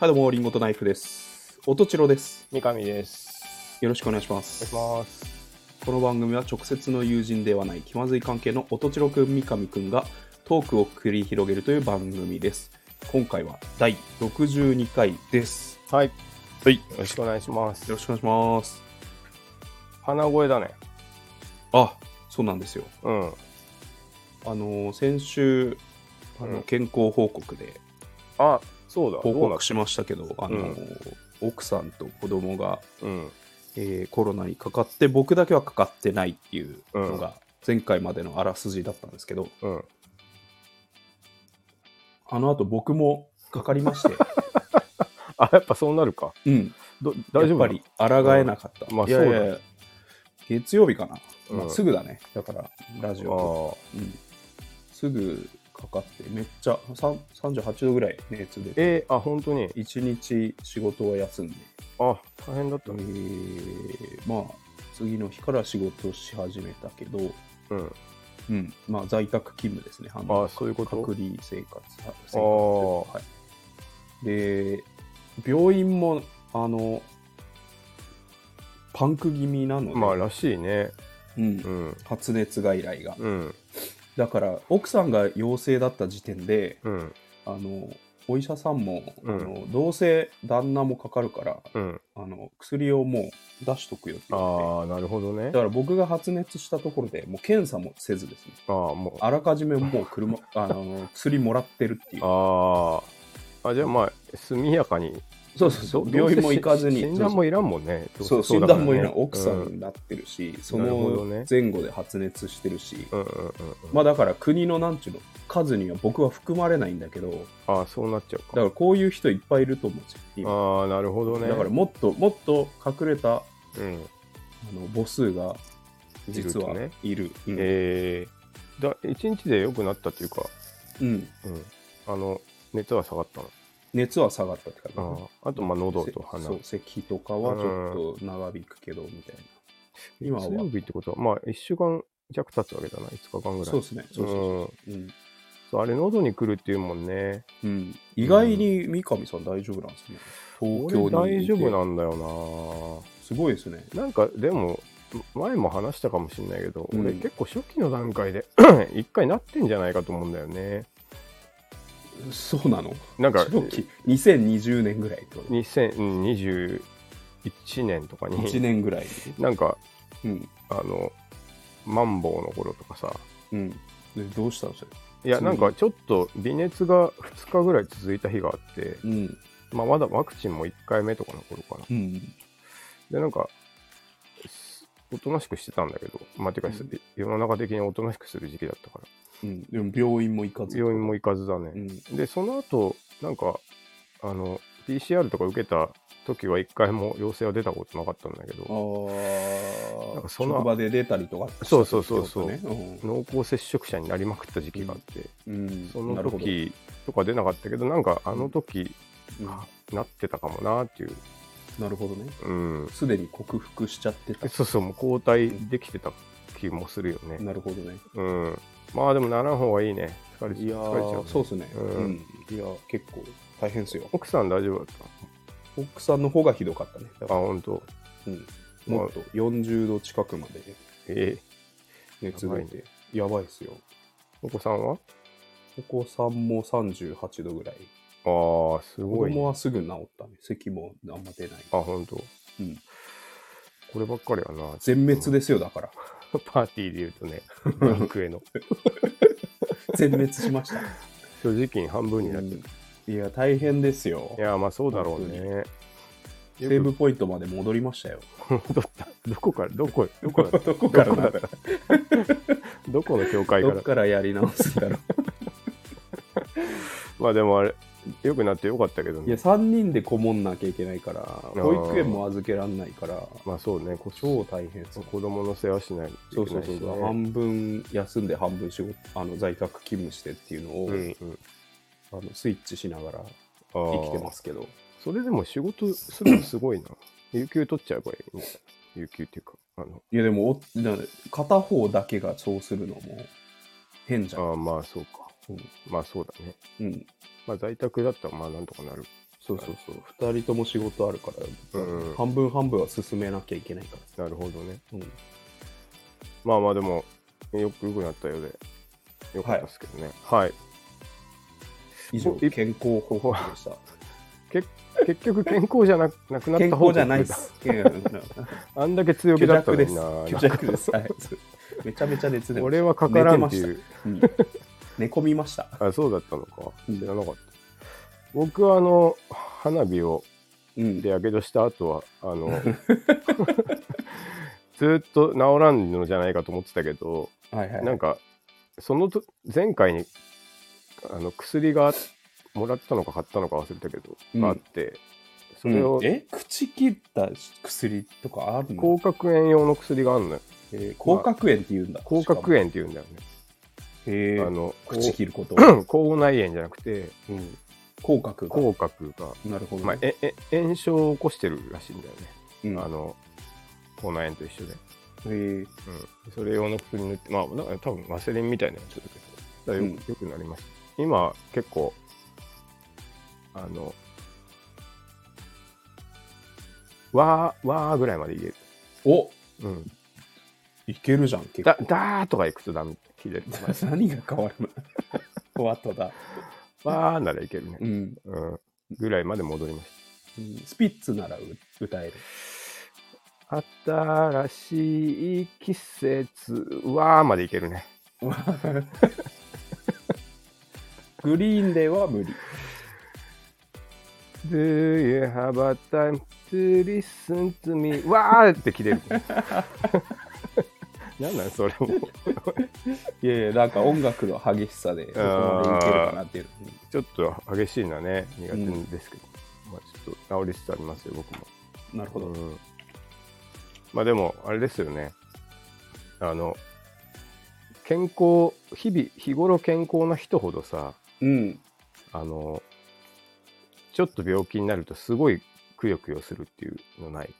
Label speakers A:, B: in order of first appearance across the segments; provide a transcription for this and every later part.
A: はい、どうも、リンゴとナイフです。おとちろです。
B: 三上です。
A: よろしくお願いしま
B: お願い
A: す。
B: します。
A: この番組は直接の友人ではない気まずい関係のおとちろくん、三上くんがトークを繰り広げるという番組です。今回は第62回です。
B: はい。よ
A: はい、よ
B: ろしくお願いします。
A: ろしくお願いします。
B: 鼻声だね。
A: あ、そうなんですよ。
B: うん。
A: あの、先週、あ
B: う
A: の
B: ん
A: 健康報告で
B: あ、そうだ。
A: 報
B: どうなっ
A: 告しましたけど、あの、奥さんと子供が
B: うん。
A: えーコロナにかかって僕だけはかかってないっていうの
B: う
A: が前回までのあらすじだったんですけど、
B: うん。
A: あのあと僕もかかりまして、
B: あ、やっぱ そうなるか。
A: うん、
B: ど大丈夫
A: やっぱり抗えなかった、
B: うんまあ
A: いやいやいや月曜日かな、
B: うん
A: まあすぐだねだからラ
B: あ
A: ジオ、
B: ー
A: うん、すぐかかってめっちゃさん38度ぐらい熱で
B: えーあ、本当に。
A: 1日仕事は休んで、
B: あ、大変だっ
A: え
B: たね。
A: ーまあ次の日から仕事し始めたけど、
B: うん。
A: うんまあ、在宅勤務ですね半分
B: あ、そういうこと。
A: 隔離生活は生活
B: あー
A: はい、で病院もあのパンク気味なので、
B: まあ、らしいね。
A: うん
B: うん。
A: 発熱外来が
B: うん。
A: だから奥さんが陽性だった時点で
B: うん。
A: あのお医者さんも、
B: うん
A: あのどうせ旦那もかかるから
B: うん。
A: あの薬をもう出しとくよって
B: あ
A: 言って
B: ー、なるほどね
A: だか。ら僕が発熱したところでもう検査もせずですね
B: あー、もう。
A: あらかじめもう車あの薬もらってるっていう
B: あー。あ、じゃあまあ、速やかに。
A: そうそうそう
B: ど
A: 病院も行かず に
B: どうせ診断もいらんもんね。ど
A: そう
B: せ
A: 診
B: だから
A: 断
B: ね
A: もいらん奥さん
B: うん
A: になってるし、そ
B: なるほど
A: の
B: ね
A: 前後で発熱してるし、
B: うんうんうんうん。
A: まあだから国のなんちゅうの数には僕は含まれないんだけどだ
B: ああ、そうなっちゃう
A: からこういう人いっぱいいると思うんですよ今
B: ああ、なるほどね。
A: だからもっともっと隠れたあ
B: うん、
A: の母数が実はい
B: るとね。
A: いるうん
B: えーだ一日で良くなったというか、
A: うん
B: うん、あの熱は下がったの。
A: 熱は下がったって感じ、
B: ああと、まあ、喉と鼻。
A: そう咳とかはちょっと長引くけどみたいな、今は
B: 月曜日ってことは、まあ、1週間弱経つわけだな、5日間ぐらい。
A: そうですねそうそうそう
B: うん
A: うん
B: そうあれ、喉に来るっていうもんね。
A: うん意外に三上さん大丈夫なんですね東
B: 俺、
A: 京に
B: 大
A: いて
B: 丈夫なんだよ
A: すごいですね
B: な。なんか、でも、前も話したかもしれないけど、
A: うん
B: 俺、結構初期の段階で、 一回なってんじゃないかと思うんだよね。
A: そうなの
B: なんか、
A: 初期2020年ぐらいってこと
B: 2021年とかに
A: 1年ぐらい
B: なんか
A: うん
B: あのマンボウの頃とかさ
A: うんでどうしたのそれ
B: いや
A: そう
B: なんかちょっと微熱が2日ぐらい続いた日があって、
A: うん
B: まあ、まだワクチンも1回目とかの頃かな
A: うん
B: でなんかすおとなしくしてたんだけどまあてか、す
A: うん
B: 世の中的におとなしくする時期だったから
A: うんでも病院も行かず
B: 病院も行かずだね、
A: うん
B: でその後なんかあの PCR とか受けた時は1回も陽性は出たことなかったんだけど
A: あ
B: なん
A: あ
B: かその
A: 職場で出たりとか
B: そうそうそうそう
A: ってことね
B: 濃厚接触者になりまくった時期があって、
A: うんうん
B: その
A: なるほど
B: 時とか出なかったけどなんかあの時、
A: うん
B: あなってたかもなっていう、
A: なるほどね
B: うん、
A: すでに克服しちゃってた
B: そうそうもう交代できてた気もするよね、
A: なるほどね
B: うん、まあでもならん方がいいね疲れち
A: いや
B: ゃう疲れちゃう
A: ーそうですね
B: うん
A: うんいや結構大変ですよ
B: 奥さん大丈夫だっ
A: 奥さんの方がひどかったねだ
B: た
A: か
B: あ
A: ら
B: 本当
A: うんもっと40度近くまで
B: ええ
A: 熱出てやばいですよ
B: お子さんは
A: お子さんも38度ぐらい。
B: ああす
A: 子
B: ごい、
A: 供
B: ね、
A: はすぐ治ったね。咳もあんま出ない。
B: あ本当
A: うん
B: こればっかりやな
A: 全滅ですよ、だから。
B: パーティーで言う とねランクへの
A: 全滅しました。
B: 正直に半分になっちゃう、
A: いや、大変ですよ
B: い。やまあそうだろうね
A: セーブポイントまで戻りましたよ。
B: 戻ったどこからどこどこだっ た
A: どこからだ
B: どどこの教 会か
A: ど
B: ら
A: こからやり直すんだろ
B: まあでもあれ良くなってよかったけど
A: う。いや、
B: ね
A: 3人でこもんなきゃいけないから、保育園も預けらんないから、
B: まあそうねこ
A: 超大変そう。
B: 子供の世話しない
A: そ
B: という
A: そ
B: け
A: う
B: ないし
A: そ
B: ね
A: う半分休んで半分仕事あの在宅勤務してっていうのを、
B: うんうん
A: あのスイッチしながら
B: あー
A: 生きてますけど
B: それでも仕事するのすごいな 有給取っちゃえばいいね有給っていうかあの
A: いやでもおだから片方だけがそうするのも変じゃん。
B: ああまあそうか
A: うん
B: まあそうだね
A: うん
B: まあ在宅だったらまあなんとかなる
A: そうそうそう、二人とも仕事あるから、
B: うん
A: 半分半分は進めなきゃいけないか
B: なるほどね。
A: ら、うん、
B: まあまあでも、よく良くなったようで、よかったですけどね。はい。
A: 以上
B: おい
A: 健康報告で した
B: 結局、健康じゃなくなくなっ
A: 健
B: た方
A: 康じゃないで
B: だ。
A: す虚
B: あんだけ強気だった
A: 弱
B: の
A: で
B: に
A: す
B: な。
A: 虚弱です、はい、めちゃめちゃ熱出ま
B: 俺はかからんっていう。
A: うん寝込みました
B: あ、そうだったのか。
A: うん
B: 知らなかった。僕は、あの、花火を、
A: うん
B: で、やけどした後は、あの、ずっと治らんのじゃないかと思ってたけど、
A: はいはい
B: なんか、そのと前回に、あの、薬が、もらったのか買ったのか忘れたけど、
A: うん
B: があって、それを
A: うん、え口切った薬とかあるの
B: 甲殻炎用の薬があるのよ。
A: えー甲殻炎って言うんだ
B: 甲殻
A: しかも
B: 炎って言うんだよね。
A: へえ
B: あの、
A: 口切る こと、
B: 口内炎じゃなくて、
A: うん、口角
B: 口角が、
A: なるほど、
B: まあ、ええ炎症を起こしてるらしいんだよね。
A: うん
B: あの、口内炎と一緒で。
A: へえ
B: うん。それ用の薬塗って、まあ、なんか多分ワセリンみたいなやつだけど、だからよ,、
A: うん
B: よくなります。今、結構、あの、わー、わーぐらいまで言える。
A: お
B: うん。
A: いけるじゃん結構
B: だ、だーとかいくとダメ。左。
A: 何が変わるの わとだ、
B: わーならいけるね
A: う。ん
B: うん。ぐらいまで戻りました。
A: うんスピッツならう歌える
B: 新しい季節はまでいけるね。
A: グリーンでは無理
B: Do you have a time to listen to me? わーって切れる。なんなんそれもう。
A: いやいやなんか音楽の激しさでそこまでいけるかなっていう
B: ちょっと激しいのはね、苦手ですけど。まあちょっと治りつつありますよ、僕も。
A: なるほど、
B: うん、まあでも、あれですよね。あの、健康、日々、日頃健康な人ほどさ、
A: うん
B: あの、ちょっと病気になるとすごいくよくよするっていうのない。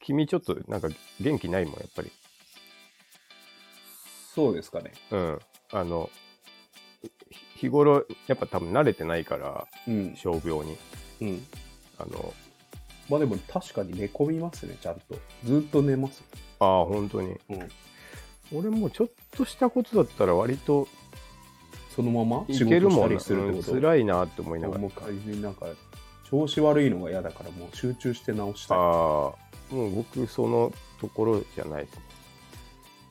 B: 君ちょっとなんか元気ないもん、やっぱり。
A: そうですかね
B: うん。あの、ひ日頃、やっぱ多分慣れてないから、
A: うん、
B: 傷病に。
A: うん、
B: あの、
A: まあでも確かに寝込みますねちゃんとずっと寝ます、
B: ああ、本当に。
A: うん、
B: 俺もうちょっとしたことだったら割と
A: そのまま
B: い
A: 仕
B: ける
A: 事し
B: も
A: た
B: んな
A: りするって
B: うん
A: こと、
B: 辛いなって思いながら。
A: もう完全になんか調子悪いのが嫌だからもう集中して直したい
B: ああ、もう僕そのところじゃないですね。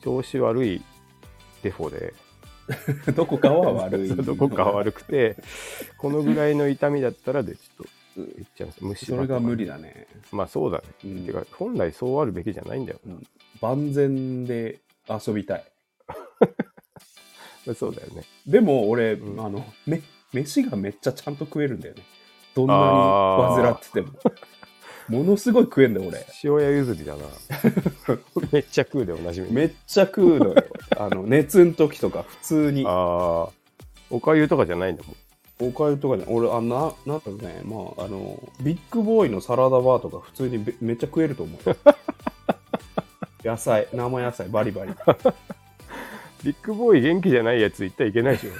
B: 調子悪いデフォで。
A: どこかは 悪い。
B: どこか悪くて、このぐらいの痛みだったらで、ちょっと、言っちゃうんです。虫歯
A: そ
B: とか
A: れが無理だね。
B: まあそうだね。
A: うん
B: てか、本来そうあるべきじゃないんだよな。
A: 万全で遊びたい。
B: まあそうだよね。
A: でも俺、
B: うん
A: あの、め、飯がめっちゃちゃんと食えるんだよね。どんなに
B: あー
A: 煩ってて も。ものすごい食えんだよ俺。
B: 塩屋譲りだ な。めっちゃ食うでおなじみ。
A: めっちゃ食うのよ。あの、熱の時とか普通に。
B: ああ、おかゆとかじゃないんだもん。
A: おかゆとかね、俺、あな、なんだろうね、まあ、あの、ビッグボーイのサラダバーとか普通にべめっちゃ食えると思 う。野菜、生野菜、バリバリ。
B: ビッグボーイ元気じゃないやつ言ったらいけな いでしょ。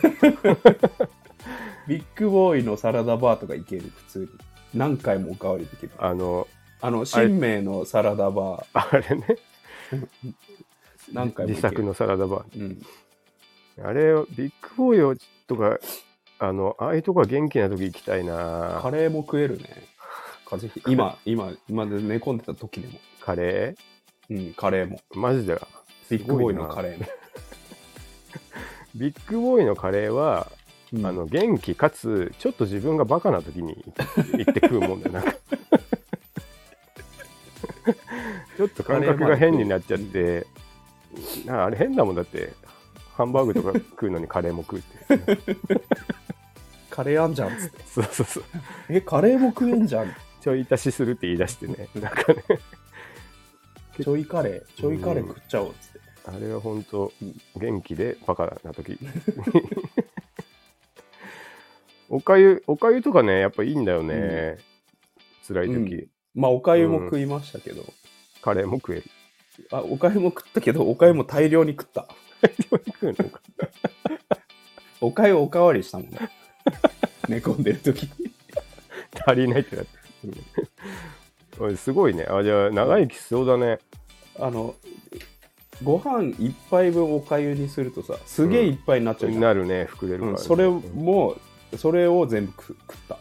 A: ビッグボーイのサラダバーとかいける、普通に。何回もおかわりできる。
B: あの、
A: あの、新名のサラダバー、
B: あれね、
A: 何回もい
B: 自
A: ける。
B: 作のサラダバ
A: うん。
B: ー。あれ、ビッグボーイをとか、あの、ああいうとこは元気な時行きたいな
A: カレーも食えるね。風邪ひ今、今、今で寝込んでた時でも。
B: カレ
A: うん、カレーも。
B: ーマジだ。
A: ビッグボーイの
B: すごいな
A: カレーも。
B: ビッグボーイのカレーは、
A: うん
B: あの元気かつちょっと自分がバカな時に行って食うもんだ よなんかちょっと感覚が変になっちゃってなあれ変だもんだってハンバーグとか食うのにカレーも食うっていう
A: カレーあんじゃんっつって。
B: そうそうそう
A: え、カレーも食えんじゃ ん。
B: ちょい足しするって言い出してねなんかね
A: ちょいカレー、ちょいカレー食っちゃおうっつって。
B: あれは本当
A: うん
B: 元気でバカな時 おかゆおかゆとかねやっぱいいんだよね、辛い時、
A: うんまあ、おかゆも食いましたけど、
B: カレーも食える
A: あ、おかゆも食ったけど、おかゆも大量に食った。
B: 食うのか
A: おかゆおかわりしたもんね。寝込んでる時に。
B: 足りないってなってるすごいねあじゃあ長生きしそうだね
A: あのご飯一杯分おかゆにするとさすげえいっぱいになっちゃうじゃん、
B: なるね膨れるから、
A: うん
B: ね
A: それもそれを全部食った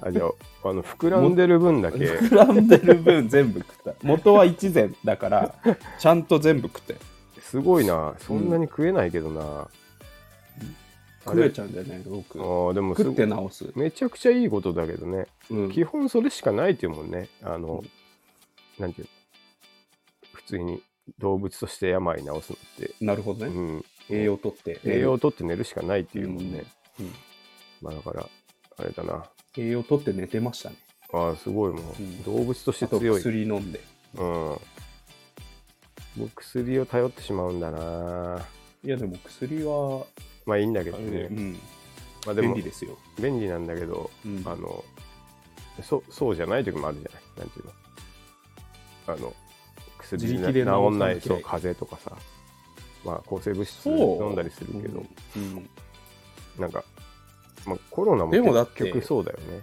B: あじゃああの膨らんでる分だけ
A: 膨らんでる分全部食った元は一膳だ からちゃんと全部食って
B: すごいなそんなに食えないけどな、あ
A: 食
B: れ
A: えちゃうんじゃない僕
B: あーでもす
A: 食
B: ご
A: って直す、
B: めちゃくちゃいいことだけどね、
A: うん
B: 基本それしかないっていうもんねあの、なんていうの普通に動物として病治すのって、
A: なるほど
B: う
A: ね、
B: ん、
A: 栄養とって
B: 栄養をとって寝るしかないっていうもんね、
A: うんうん
B: まあだからあれだな
A: 栄養とって寝てましたね
B: あーすごいも
A: う
B: う、
A: ん
B: 動物として
A: あと
B: 強い
A: 薬飲んで
B: うんもう薬を頼ってしまうんだない
A: やでも薬は
B: まあいいんだけ
A: あ
B: ど
A: れ
B: ね、
A: うん
B: まあで
A: 便
B: も
A: 利ですよ、
B: 便利なんだけど、
A: うん
B: あのそそうじゃない時もあるじゃないなんていうのあの薬
A: 自
B: で
A: 力
B: 治
A: で治さなきゃ
B: んないそう風邪とかさまあ抗生物質
A: そう
B: 飲んだりするけど、
A: うん
B: なんか、まあ、コロナも
A: でもだっ
B: 結
A: て
B: 局そうだよね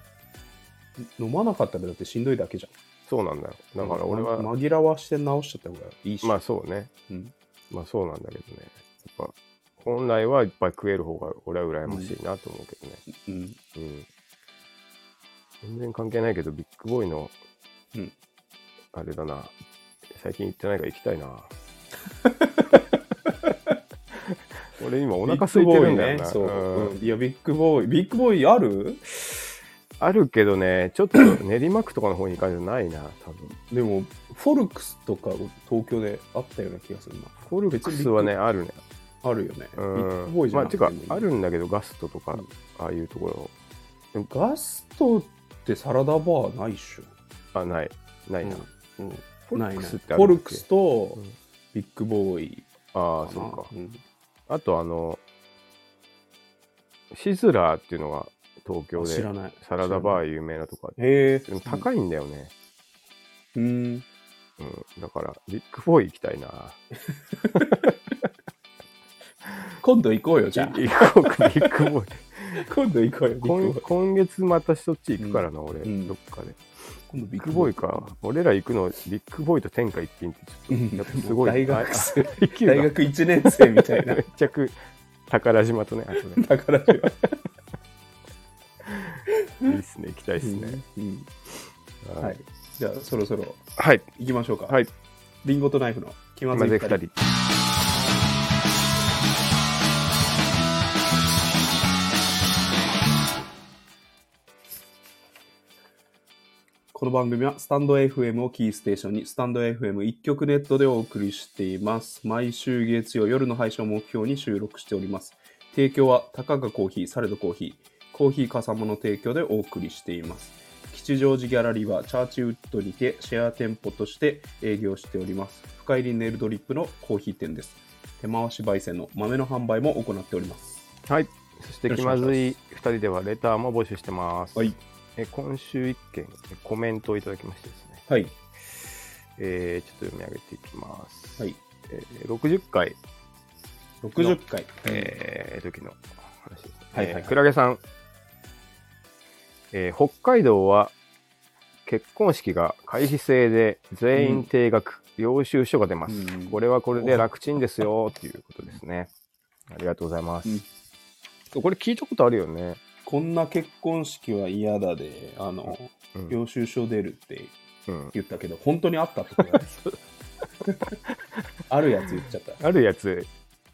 A: 飲まなかったらだってしんどいだけじ
B: そうなんだよ
A: ゃ
B: だ
A: ん
B: から俺は、
A: ま紛らわして治しちゃった方がいいし、
B: まあそうね
A: うん
B: まあそうなんだけどねやっぱ本来はいっぱい食える方が俺は羨ましいなと思うけどね、
A: うん、
B: うん全然関係ないけどビッグボーイの、
A: うん
B: あれだな最近行ってないから行きたいな 俺今お腹空いてるんだよ
A: ビッグボーイね
B: な、
A: そう、
B: うん
A: うんいやビッグボーイビッグボーイある
B: あるけどねちょっと練馬区とかの方に行かれてないな多分
A: でもフォルクスとか東京であったような気がするな
B: コルクスはねあるね
A: あるよね、
B: う
A: ビッグボーイ
B: ん
A: じゃ
B: まあ
A: なく
B: て
A: て
B: か
A: もいい
B: あるんだけどガストとか、
A: うん
B: ああいうところ
A: ガストってサラダバーないっしょ
B: あないないな、
A: うん
B: フォルクスってあ
A: フォ
B: るん
A: ル
B: だっ
A: ク
B: け
A: スと
B: うん
A: ビッグボーイ
B: あ
A: か
B: あ
A: な
B: そうか
A: ん
B: あとあのシズラーっていうのが東京
A: 知
B: で
A: らない
B: サラダバー有名なとこ
A: 知
B: ある
A: らないへえ
B: でも高いんだよね、
A: うん
B: うんだからビッグボーイ行きたいな
A: 今度行こうよじゃあ
B: い行こうかビッ グボーイ
A: 今度行こうよビッグボーイ
B: 今今月またそっち行くからな、俺、
A: うん
B: どっかで
A: 今度ビ
B: ビッグボーイか俺ら行くのビッグボーイと天下一品ってちょっとやっぱすごい
A: 大学生
B: ああ IQ が
A: 大学1年生みたい な
B: めっちゃく宝島とねあとね
A: だからじゃ
B: いいっすね行きたいっすね、
A: うん
B: は
A: はいいじゃあそろそろ
B: はい、
A: 行きましょうか
B: はい、
A: リンゴとナイフの気ま
B: 今
A: ずい
B: で
A: 二
B: 2
A: 人
B: 人
A: この番組はスタンド FM をキーステーションにスタンド FM 一曲ネットでお送りしています。毎週月曜夜の配信を目標に収録しております。提供はたかがコーヒー、サレドコーヒー、コーヒーかさもの提供でお送りしています。吉祥寺ギャラリーはチャーチウッドにてシェア店舗として営業しております。深入りネルドリップのコーヒー店です。手回し焙煎の豆の販売も行っております。
B: はい。そして気まずい2人ではレターも募集してます。
A: はい。
B: え今週1件えコメントをいただきましてですね、
A: はい。
B: えーちょっと読み上げていきます。
A: はい。
B: えー60回、
A: 60回。
B: えー時の話ですね。
A: はいはいはい
B: えークラゲさん、えー北海道は結婚式が会費制で全員定額、領収書が出ます。
A: うん
B: これはこれで楽ちんですよということですね。ありがとうございます。これ聞いたことあるよね。
A: こんな結婚式は嫌だで、あの、
B: うん
A: 領収書出るって
B: うん、
A: 言ったけど、本当にあったってこと だよあるやつ言っちゃった。
B: あるやつ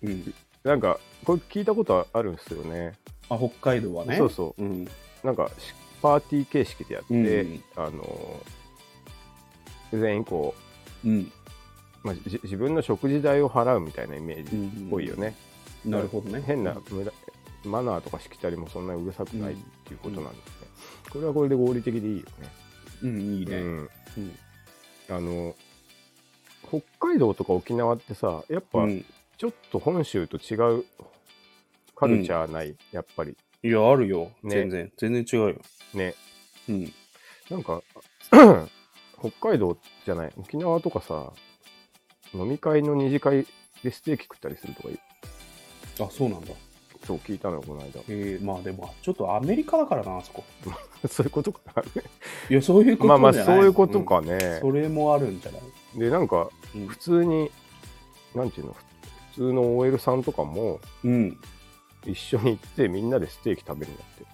A: うん、
B: なんかこれ聞いたことあるんですよね
A: あ北海道はね。
B: そうそ
A: うん。
B: うなんかしパーティー形式でやって、
A: うん
B: あのー全員こ
A: うん。
B: う、まあ、じ自分の食事代を払うみたいなイメージっぽいよね、
A: なるほどね。
B: 変な無駄マナーとかしきたりもそんなにうるさくないっていうことなんですね、これはこれで合理的でいいよね
A: うん、いいね。
B: うん
A: うん
B: あの北海道とか沖縄ってさやっぱ
A: うん
B: ちょっと本州と違うカルチャーない、やっぱり
A: いや、あるよ。
B: ね
A: 全然。全然違うよ。
B: ね
A: うん。
B: なんか、 北海道じゃない、沖縄とかさ、飲み会の二次会でステーキ食ったりするとかい
A: あ、そうなんだ。
B: そう、聞いたのよ、この間。
A: えーまあでも、ちょっとアメリカだからな、 あそこ。
B: そういうことか。
A: いや、そういうことじ
B: ま
A: ゃ
B: あま
A: な
B: あ、
A: い
B: そういうこと、か
A: うん
B: ね。
A: それもあるんじゃない
B: で、なんか
A: うん、
B: 普通に、なんていうの、普通の OL さんとかも、
A: うん。
B: 一緒に行って、みんなでステーキ食べるんだって。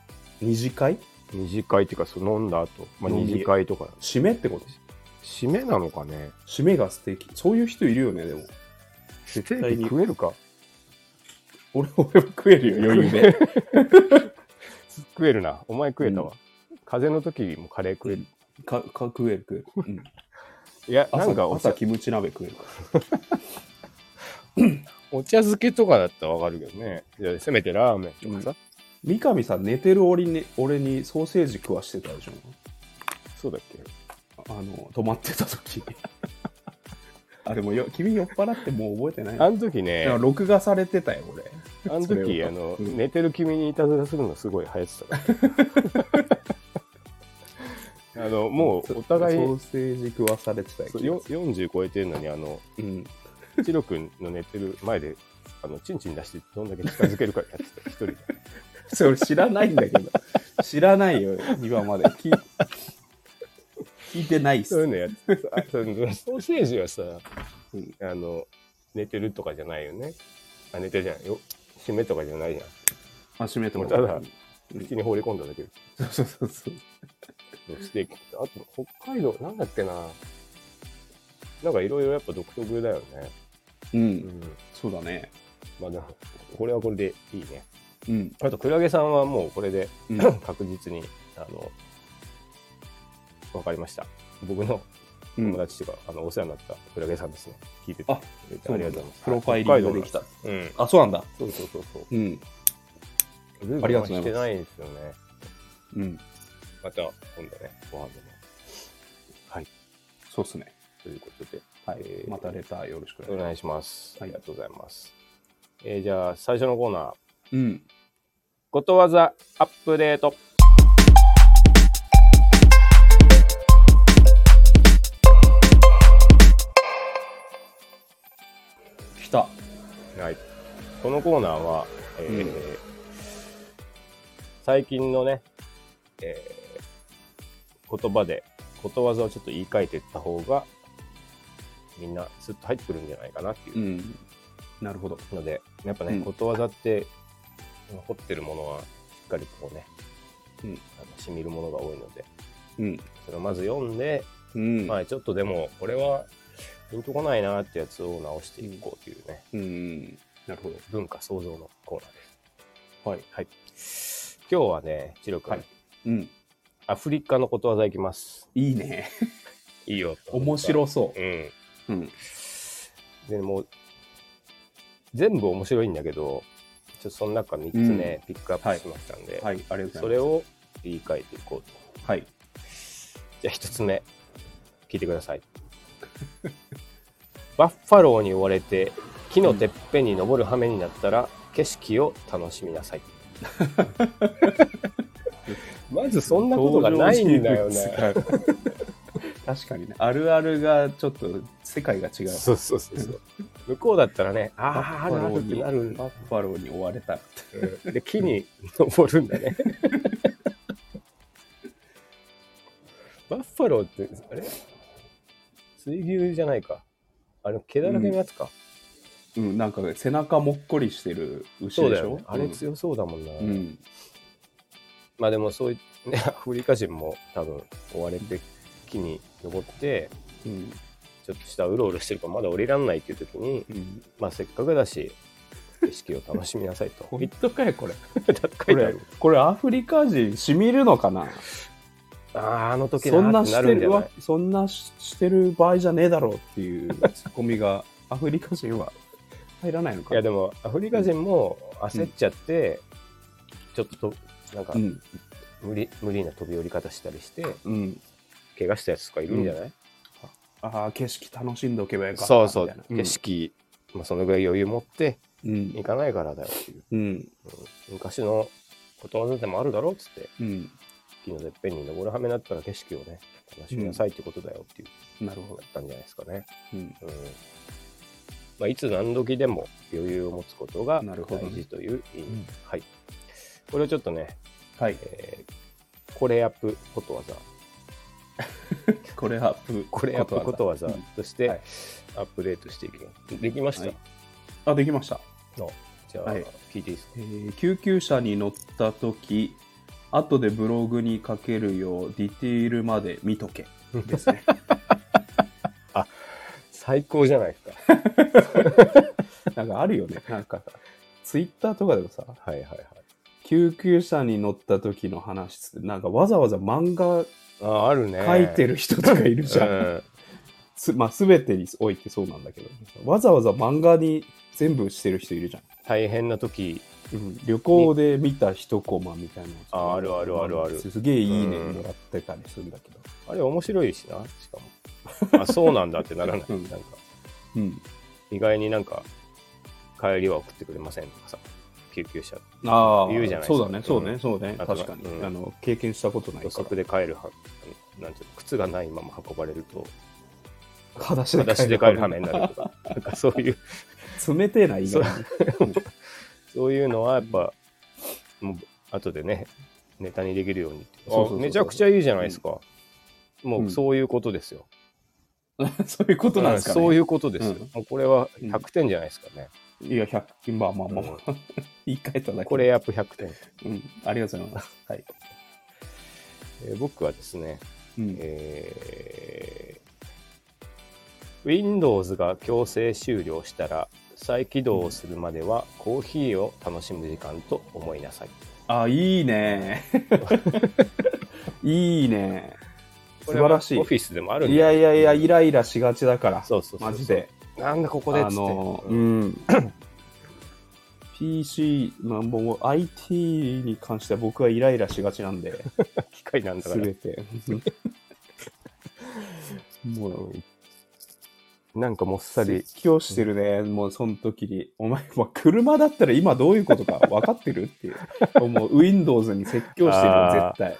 A: 二次会
B: 二次会っていうか、その飲んだ後、まあ、
A: 飲
B: 二
A: み
B: 次会とか。
A: 締めってこと
B: 締めなのかね。
A: 締めがステーキ。そういう人いるよね、でも。
B: ステ
A: 対
B: ー
A: に
B: キ食えるか
A: 俺、俺は食えるよ、余裕で。
B: 食えるな。お前食えたわ。風邪の時もカレー食える。
A: かか食える食える。 うん、
B: いや、な
A: 朝
B: んかお
A: 朝
B: 茶
A: キムチ鍋食えるか
B: お茶漬けとかだったらわかるけどね。いやせめてラーメンとかさ。
A: ら。三上さん、寝てる俺に俺にソーセージ食わしてたでしょ。
B: そうだっけ
A: あの、泊まってた 時あれもよ、君酔っ払ってもう覚えてない
B: あの時ね、
A: な。録画されてたよ、俺。
B: あの
A: それ
B: 時、
A: を
B: あの、
A: うん
B: 寝てる君にいたずらするのがすごい流行ってたから。 あの、もうお互い
A: ソーセージ食わされてたよ
B: そうよ。40超えてるのに、あの、
A: うん。
B: チロ君の寝てる前で、あの、チンチン出してどんだけ近づけるかやってた、一人で。
A: それ知らないんだけ ど。知らないよ、今 まで。聞い聞いてないっ
B: そう
A: す。
B: いうのやってた。あそのソーセージはさ、
A: うん
B: あの、寝てるとかじゃないよね。あ、寝てるじゃないよ。締めとかじゃないじゃん。
A: あ、締めても
B: もうただ
A: うん
B: 口に放り込んだだけで
A: そうそうそう。
B: ステーキってあと北海道なんだっけななんかいろいろやっぱ独特だよね
A: う、
B: うんん
A: そうだね。
B: まあでもこれはこれでいいね
A: うん。
B: あとクラゲさんはもうこれで
A: うん
B: 確実にあのわかりました僕の
A: う
B: 友
A: ん、
B: 達とか、あのお世話になったクラゲさんですね聞いてて
A: あ
B: くれてありがとうございます
A: プロファイリングができた。
B: 北海道なんです
A: あ、そうなんだ。
B: うんそうそうそう
A: うん。
B: そう
A: ありがとうございます
B: ルールはしてないですよね
A: うん。
B: また今度ねご飯でも
A: そうっすね。
B: ということで
A: はい
B: え。ー
A: またレターよろしく
B: お
A: お願
B: 願
A: い
B: い
A: し
B: します。あ
A: はい
B: りがとうございます。えーじゃあ、最初のコーナー、
A: ます。うん。
B: ことわざアップデート。
A: 来た。
B: はい。このコーナーは、えー
A: うん。
B: 最近のね、えー言葉で、ことわざをちょっと言い換えていった方が、みんなスッと入ってくるんじゃないかなっていううん
A: なるほど。
B: ので、やっぱね、
A: うん
B: ことわざって、残ってるものは、しっかりこうね、
A: うん。
B: あの染みるものが多いので、
A: うん。
B: それをまず読んで、
A: うん。
B: まあちょっとでもこれはピンとこないなってやつを直していこうというね、
A: うん。なるほ
B: 文化創造のコーナーです。
A: ど。はい。
B: はい。今日はね、チロ君、
A: はいうん。
B: アフリカのことわざいきます。
A: いい ね。
B: いいよ。
A: 面白そ
B: うん。
A: う。うん。
B: でもう全部面白いんだけど、ちょっとその中3つね、ピックアップしましたんで、
A: はい。ありがとう
B: そ
A: ござい
B: れを言い換えていこうと。
A: ます。はい。
B: じゃあ1つ目、聞いてください。 バッファローに追われて木のてっぺんに登る羽目になったら景色を楽しみなさい。まずそんなことがないんだよね。
A: 登場人物が。 確かにね。あるあるがちょっと世界が違う。
B: そうそうそうそう。向こうだったらね、あ
A: バ
B: あ、あ
A: ッフ
B: る
A: ァ
B: あ
A: ロ
B: る
A: ーに
B: ってなる。
A: バッファローに追われた。
B: うんで、木に登るんだね。 バッファローって、あれ水牛じゃないか。あれ、毛だらけのやつか。
A: うん、なんか背中もっこりしてる
B: そ
A: 牛
B: う
A: で
B: だ
A: し
B: よ、
A: ょ
B: ね。あれ強そうだもんな。
A: うん。
B: まあでもそういう、ね、ア フリカ人も多分追われて木に登って、
A: うん。
B: ちょっと下うろうろしてるからまだ降りらんないっていう時に、
A: うん。
B: まあせっかくだし、景色を楽しみなさい と。
A: 本当かよ、これ。
B: 書いて
A: こ
B: あ
A: れ
B: る。、
A: これアフリカ人、しみるのかな
B: ああ、あの時
A: そんな
B: って
A: してるわ、そんなししてる場合じゃねえだろうっていうツッコミ が、アフリカ人は入らないの
B: い
A: か
B: やでもアフリカ人も焦っちゃって、ちょっとなんか
A: うん。
B: 無理,、無理な飛び降り方したりして
A: うん。
B: 怪我したやつとかいるんじゃない、
A: ああ、景色楽しんでおけばよかった。
B: そうそう
A: みたいな
B: 景。色、まあ、そのぐらい余裕持って
A: うん
B: 行。かないからだよっていう、
A: うん。
B: うん昔のことわざでもあるだろうっつって
A: うん。
B: 木のてっぺんに登るはめになったら景色をね楽しみなさいってことだよっていう
A: なるほ
B: だったんじゃないですかね、
A: ど。うん。
B: うんまあ、いつ何時でも余裕を持つことが
A: なるほどね
B: 大事という意味、
A: うん
B: はい、これをちょっとね、
A: はい。
B: えーこれアップことわざ
A: これアップ。
B: これアップことわざ
A: うん
B: として
A: はい
B: アップデートしていきますできました、
A: はいあ、できました。
B: じゃあ、
A: はい
B: 聞いていいですか
A: えー救急車に乗った時後でブログに書けるようディティールまで見とけですね
B: 最高じゃないですか
A: なんかあるよねなんかツイッターとかでもさ
B: はいはいはい
A: 救急車に乗った時の話っつってなんかわざわざ漫画
B: ああるね
A: 書いて
B: る
A: る人とかいるじゃん、すまあ、全てにおいてそうなんだけどわざわざ漫画に全部してる人いるじゃん
B: 大変な時
A: うん旅行で見た一コマみたいなやつ
B: ああるあるあるある
A: すげえいいね
B: うん
A: もらってたりするんだけど
B: あれ面白いしなし かもあそうなんだってならない、
A: うん
B: なんか
A: うん
B: 意外になんか帰りは送ってくれませんとかさ救急車
A: ああ、
B: 言うじゃないですか
A: そうだね、そうね、
B: うん
A: そうね、
B: あとは
A: 確かに、
B: うん
A: あの。経験したことない
B: 土
A: から。
B: 足で帰るはなんていうの靴がないまま運ばれる と
A: 裸足
B: 裸足で帰る羽目になるとかなんかそういう
A: 冷てえな、意外に。
B: そういうのはやっぱもう後でねネタにできるようにって
A: そうそうそうそう
B: あめちゃくちゃいいじゃないですか、もうそういうことですよ、
A: そういうことなんですか、ね
B: そういうことですよ、
A: うん
B: もうこれは100点じゃないですかね、
A: いや、100、まあまあまあ、
B: うん
A: 言い換えただけ。
B: これ、やっぱ100点、
A: うん、ありがとうございます。はい。
B: えー僕はですね、
A: うん、
B: えー Windows が強制終了したら再起動をするまではコーヒーを楽しむ時間と思いなさい。
A: あ、いい ね。いいね。素晴らし
B: これはオフ
A: い。
B: ィスでもあるん
A: いやいやいや、イライラしがちだから、
B: そうそうそうそう
A: マジで。
B: なんだここでっつっ
A: あ
B: て。
A: の、
B: う
A: うんん。PC、まあ、もう IT に関しては僕はイライラしがちなんで、
B: 機械なんだか
A: す
B: ら。
A: べ て。もう、
B: なんかもっさり。
A: 説教してるね、もうその時に。お前、まあ、車だったら今どういうことか分かってるっていう。思う Windows に説教してるよ
B: あー
A: 絶対。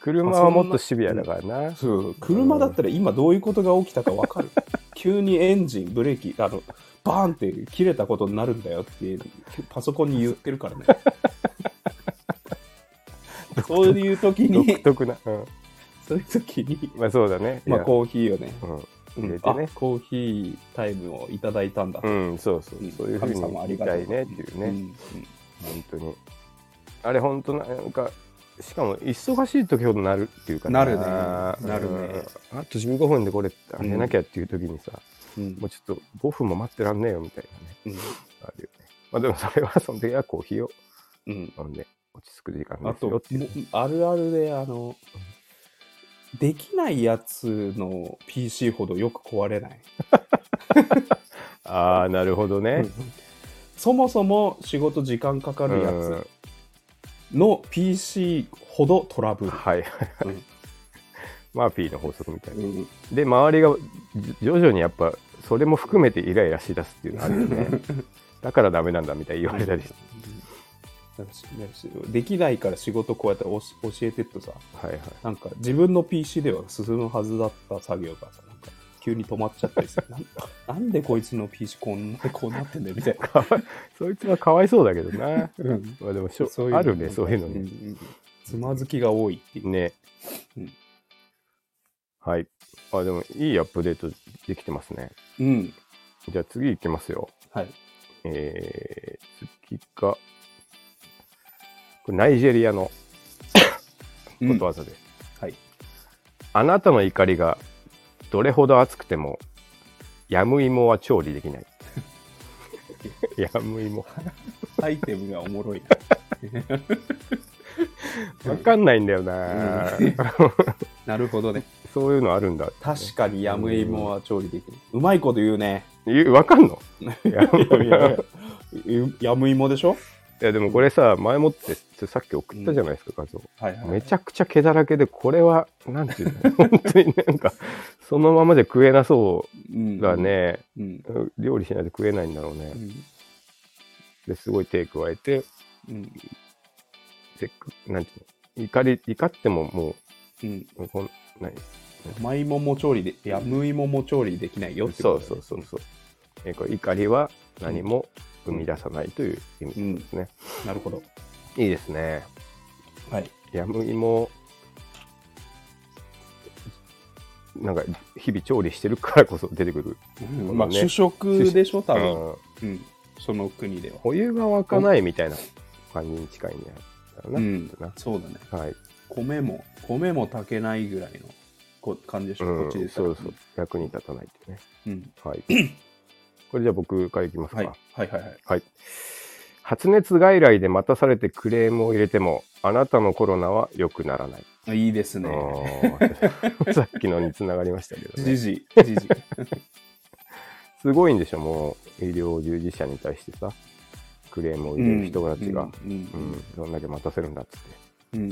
B: 車はもっとシビアだからな。
A: そう、車だったら今どういうことが起きたか分か る。急にエンジン、ブレーキ、あの、バーンって切れたことになるんだよって、パソコンに言ってる からね。そういう時
B: 独
A: に、
B: 特な。うん。
A: そういう時に、
B: まあそうだね。
A: まあ
B: いや
A: コーヒーをね、
B: うん。入れて
A: あ
B: ね。
A: コーヒータイムをいただいたんだ。
B: うん、そうそう。そういうふう
A: 神様あ
B: に
A: り
B: 見
A: がと
B: た
A: う
B: いねっていうね。
A: うん
B: 本当にあれ本当なんかしかも忙しい時ほどなるっていうか
A: なるねなるね
B: うんあと15分でこれあげなきゃっていう時にさ、
A: うん
B: もうちょっと5分も待ってらんねえよみたいなね
A: うん
B: あるよねまあでもそれはその時はコーヒーを
A: うん
B: 飲んで落ち着く時間
A: あ
B: です
A: と、
B: よ
A: も
B: っていう
A: あるあるで、あの、できないやつの PC ほどよく壊れない。
B: ああなるほどね、
A: そもそも仕事時間かか
B: う
A: るや
B: ん
A: つの PC ほどトラブル。
B: はいマーフィーの法則みたいな
A: うん
B: で周りがじ徐々にやっぱそれも含めてイライラしだすっていうのあるよ ねだからダメなんだみたいに言われたりして
A: なんかしなんかしできないから仕事こうやって教教えてってさ、
B: はいはい
A: なんか自分の PC では進むはずだった作業がさ、なんか急に止まっちゃったりする。なんなんでこいつの PC こんな、こうなってんだよみたいな。
B: かわい そいつはかわいそうだけどな。
A: うん
B: まあでもしょ
A: そういうの
B: あるね、そういうのね。
A: んんつまずきが多いっていう。
B: ね。
A: うん
B: はい。あ、でもいいアップデートできてますね。
A: うん。
B: じゃあ次いきますよ。
A: はい。
B: えー、次が、これナイジェリアの
A: う
B: こ
A: ん
B: とわざです。
A: はい。
B: あなたの怒りがどれほど熱くても、やむ芋は調理でき ない。やむ芋。
A: アイテムがおもろいな。
B: わかんないんだよな。
A: うなるほどね。
B: そういうのあるんだ。
A: 確かにヤムイモは調理できる。うまいこと言うね。
B: えわかん のいや
A: ヤムイモでしょ
B: いやでもこれさ前もってちょっとさっき送ったじゃないですか画像、
A: はいはい。
B: めちゃくちゃ毛だらけでこれはなんていうの本当になんかそのままで食えなそ
A: うん
B: うだ。ね、
A: うん。
B: 料理しないと食えないんだろうね
A: うん
B: ですごい手加えて
A: うん。
B: せっかくなんていうの怒り怒ってもも
A: うん。
B: うこんない
A: ヤムイモも調理で、ヤムイモも調理できないよって
B: そ
A: こ
B: う
A: と
B: そうそうそうえーこれ怒りは何も生み出さないという意味
A: う
B: で
A: ん。
B: すね。
A: なるほど。
B: いいですね。
A: はい。
B: ヤムイも、なんか日々調理してるからこそ出てくる。
A: まあ、
B: ね
A: 主食でしょ、多分。
B: うん
A: うん。その国では。
B: お湯が沸かないみたいな感じに近いんじゃ
A: う
B: ない
A: ん
B: かな。。
A: そうだね。
B: はい。
A: 米も、米も炊けないぐらいのこ感じでしょ、こっち
B: う
A: で
B: ん、
A: したら
B: そうそう。。役に立たないってね。
A: うん。
B: はい。これじゃあ僕からいきますか。
A: はい。はいはいはい。
B: はい。発熱外来で待たされてクレームを入れても、あなたのコロナは良くならない。
A: あいいですね。
B: あー さっきのに繋がりましたけど
A: じ
B: ね。
A: じ、じじ。
B: すごいんでしょ、もう医療従事者に対してさ、クレームを入れる人たちが、
A: うん。
B: う
A: うんん
B: どんだけ待たせるんだっつって。
A: うん。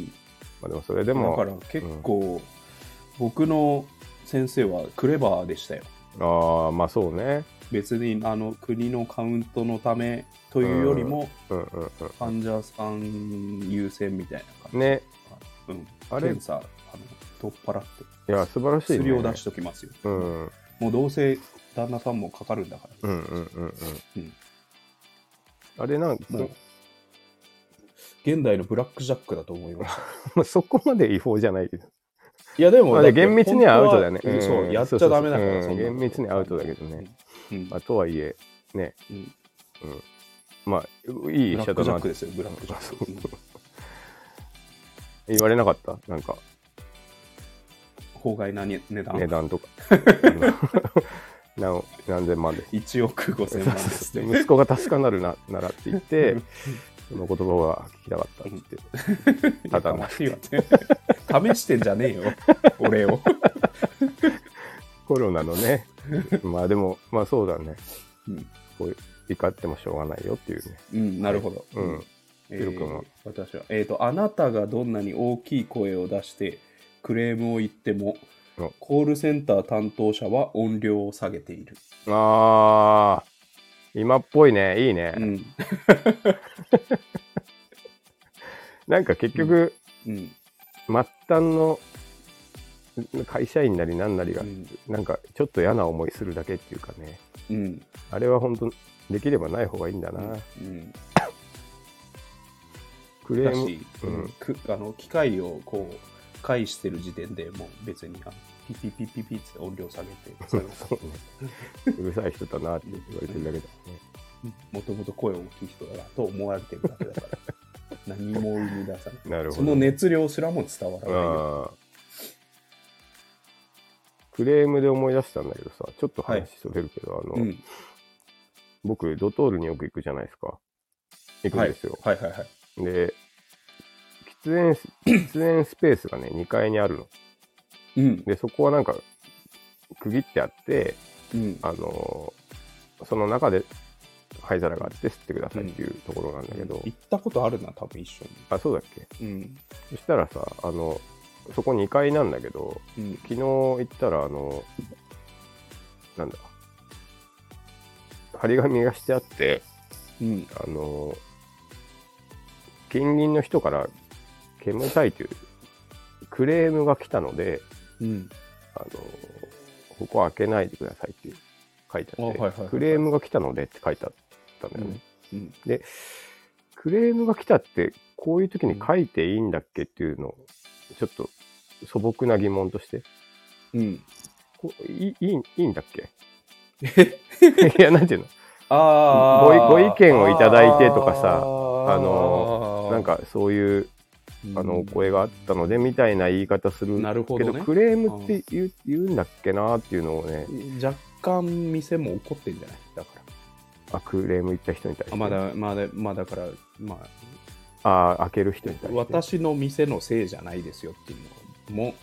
B: まあ、でもそれで
A: だ
B: も、
A: から結構、僕の先生はクレバーでしたよ。
B: ああ、まあそうね。
A: 別にあの国のカウントのためというよりも、
B: うんうんうん。
A: 患者さん優先みたいな感じ。
B: ね、
A: うん、
B: あれ
A: 検査あの取っ払って
B: いや、素晴らしい、ね。
A: 薬を出しときますよ、
B: うん、うん
A: もうどうせ旦那さんもかかるんだから、
B: うんうんうん。
A: うん
B: あれなんか、
A: もう現代のブラックジャックだと思います
B: ま あそこまで違法じゃないけど。
A: いやでも
B: まあ
A: だ
B: ね
A: って
B: 厳密にはアウトだね
A: 本当は
B: うん
A: そうやっちゃダメだか
B: そう
A: ら
B: そ
A: そなこと
B: うそうん厳密にアウトだけどね、
A: うん
B: まあ、とはいえ、ね、
A: うん
B: まあ、いい
A: ブ
B: 医
A: ラ
B: 者
A: ック
B: だ
A: ジャッ
B: な
A: ク
B: って
A: ですよブラックジ ャック、うん
B: 言われなかったなんか、
A: 法外なに値段
B: 値段 とか。何何千万です。
A: 1億5000万 ですね
B: 息子が助かなるな ならって 言って、その言葉が聞きたかったって言って、ただ
A: いや か
B: な
A: ま、しいわね試してんじゃねえ よ俺を、
B: コロナ のね、まあでも、まあそうだね、
A: うん
B: こう怒ってもしょうがないよっていうね。
A: うん、なるほど、
B: うん
A: え
B: ヒロ君は
A: ー私は、えーと、あなたがどんなに大きい声を出してクレームを言っても
B: うん、
A: コールセンター担当者は音量を下げている。
B: ああ、今っぽいね、いいね。
A: うん。
B: なんか結局、
A: うん。
B: 末端の会社員なりなんなりが、なんかちょっと嫌な思いするだけっていうかね、
A: うん。
B: あれは本当、できればない方がいいんだな。
A: うん。
B: クレ
A: だ
B: ーム、
A: し、
B: うん
A: うんくあの、機械をこう、返してる時点でもう別に、あピピピピピって音量下げて、下げて
B: そう ね、うるさい人だなって言われてるだけだね。
A: もともと声大きい人だなと思われてるだけだから、 何も生み出さない。
B: なるほど。
A: その熱量すらも伝わらないよ。
B: あークレームで思い出したんだけどさ、ちょっと話それるけど、あ
A: う
B: の、
A: ん。
B: 僕、ドトールによく行くじゃないですか。行くん
A: はい
B: ですよ。
A: はいはいはい。
B: で、喫 煙ス、喫煙スペースがね、2階にあるの。
A: うん。
B: で、そこはなんか、区切ってあって、
A: うん。
B: あのーその中で灰皿があって吸ってくださいっていうところなんだけど、
A: 行ったことあるな多分一緒
B: あ、そうだっけ
A: にうん
B: そしたらさ、あの、そこ2階なんだけど、
A: うん
B: 昨日行ったら、あの、なんだ、張り紙がしてあって、
A: うん
B: あの、近隣の人から煙たいというクレームが来たので、
A: うん
B: あの、ここ開けないでくださいっていう書いてあって、
A: あはいはいはい
B: クレームが来たのでって書いてあったんだよね。
A: うん
B: クレームが来たって、こういう時に書いていいんだっけっていうのを、ちょっと素朴な疑問として、
A: うん
B: こいいいいいいんだっけ
A: え
B: いや、なんていうの
A: あー
B: ごいご意見をいただいてとかさ
A: あー
B: あのなんかそういうあの
A: う
B: お
A: ん
B: 声があったのでみたいな言い方する
A: なるほ
B: け
A: ど
B: ど
A: ね
B: クレームって言う言うんだっけなっていうのをね
A: 若干店も怒ってんじゃないだから
B: あクレーム言った人に対して
A: あまだまだまあだからまあ
B: あ開ける人に対して
A: 私の店のせいじゃないですよっていうのも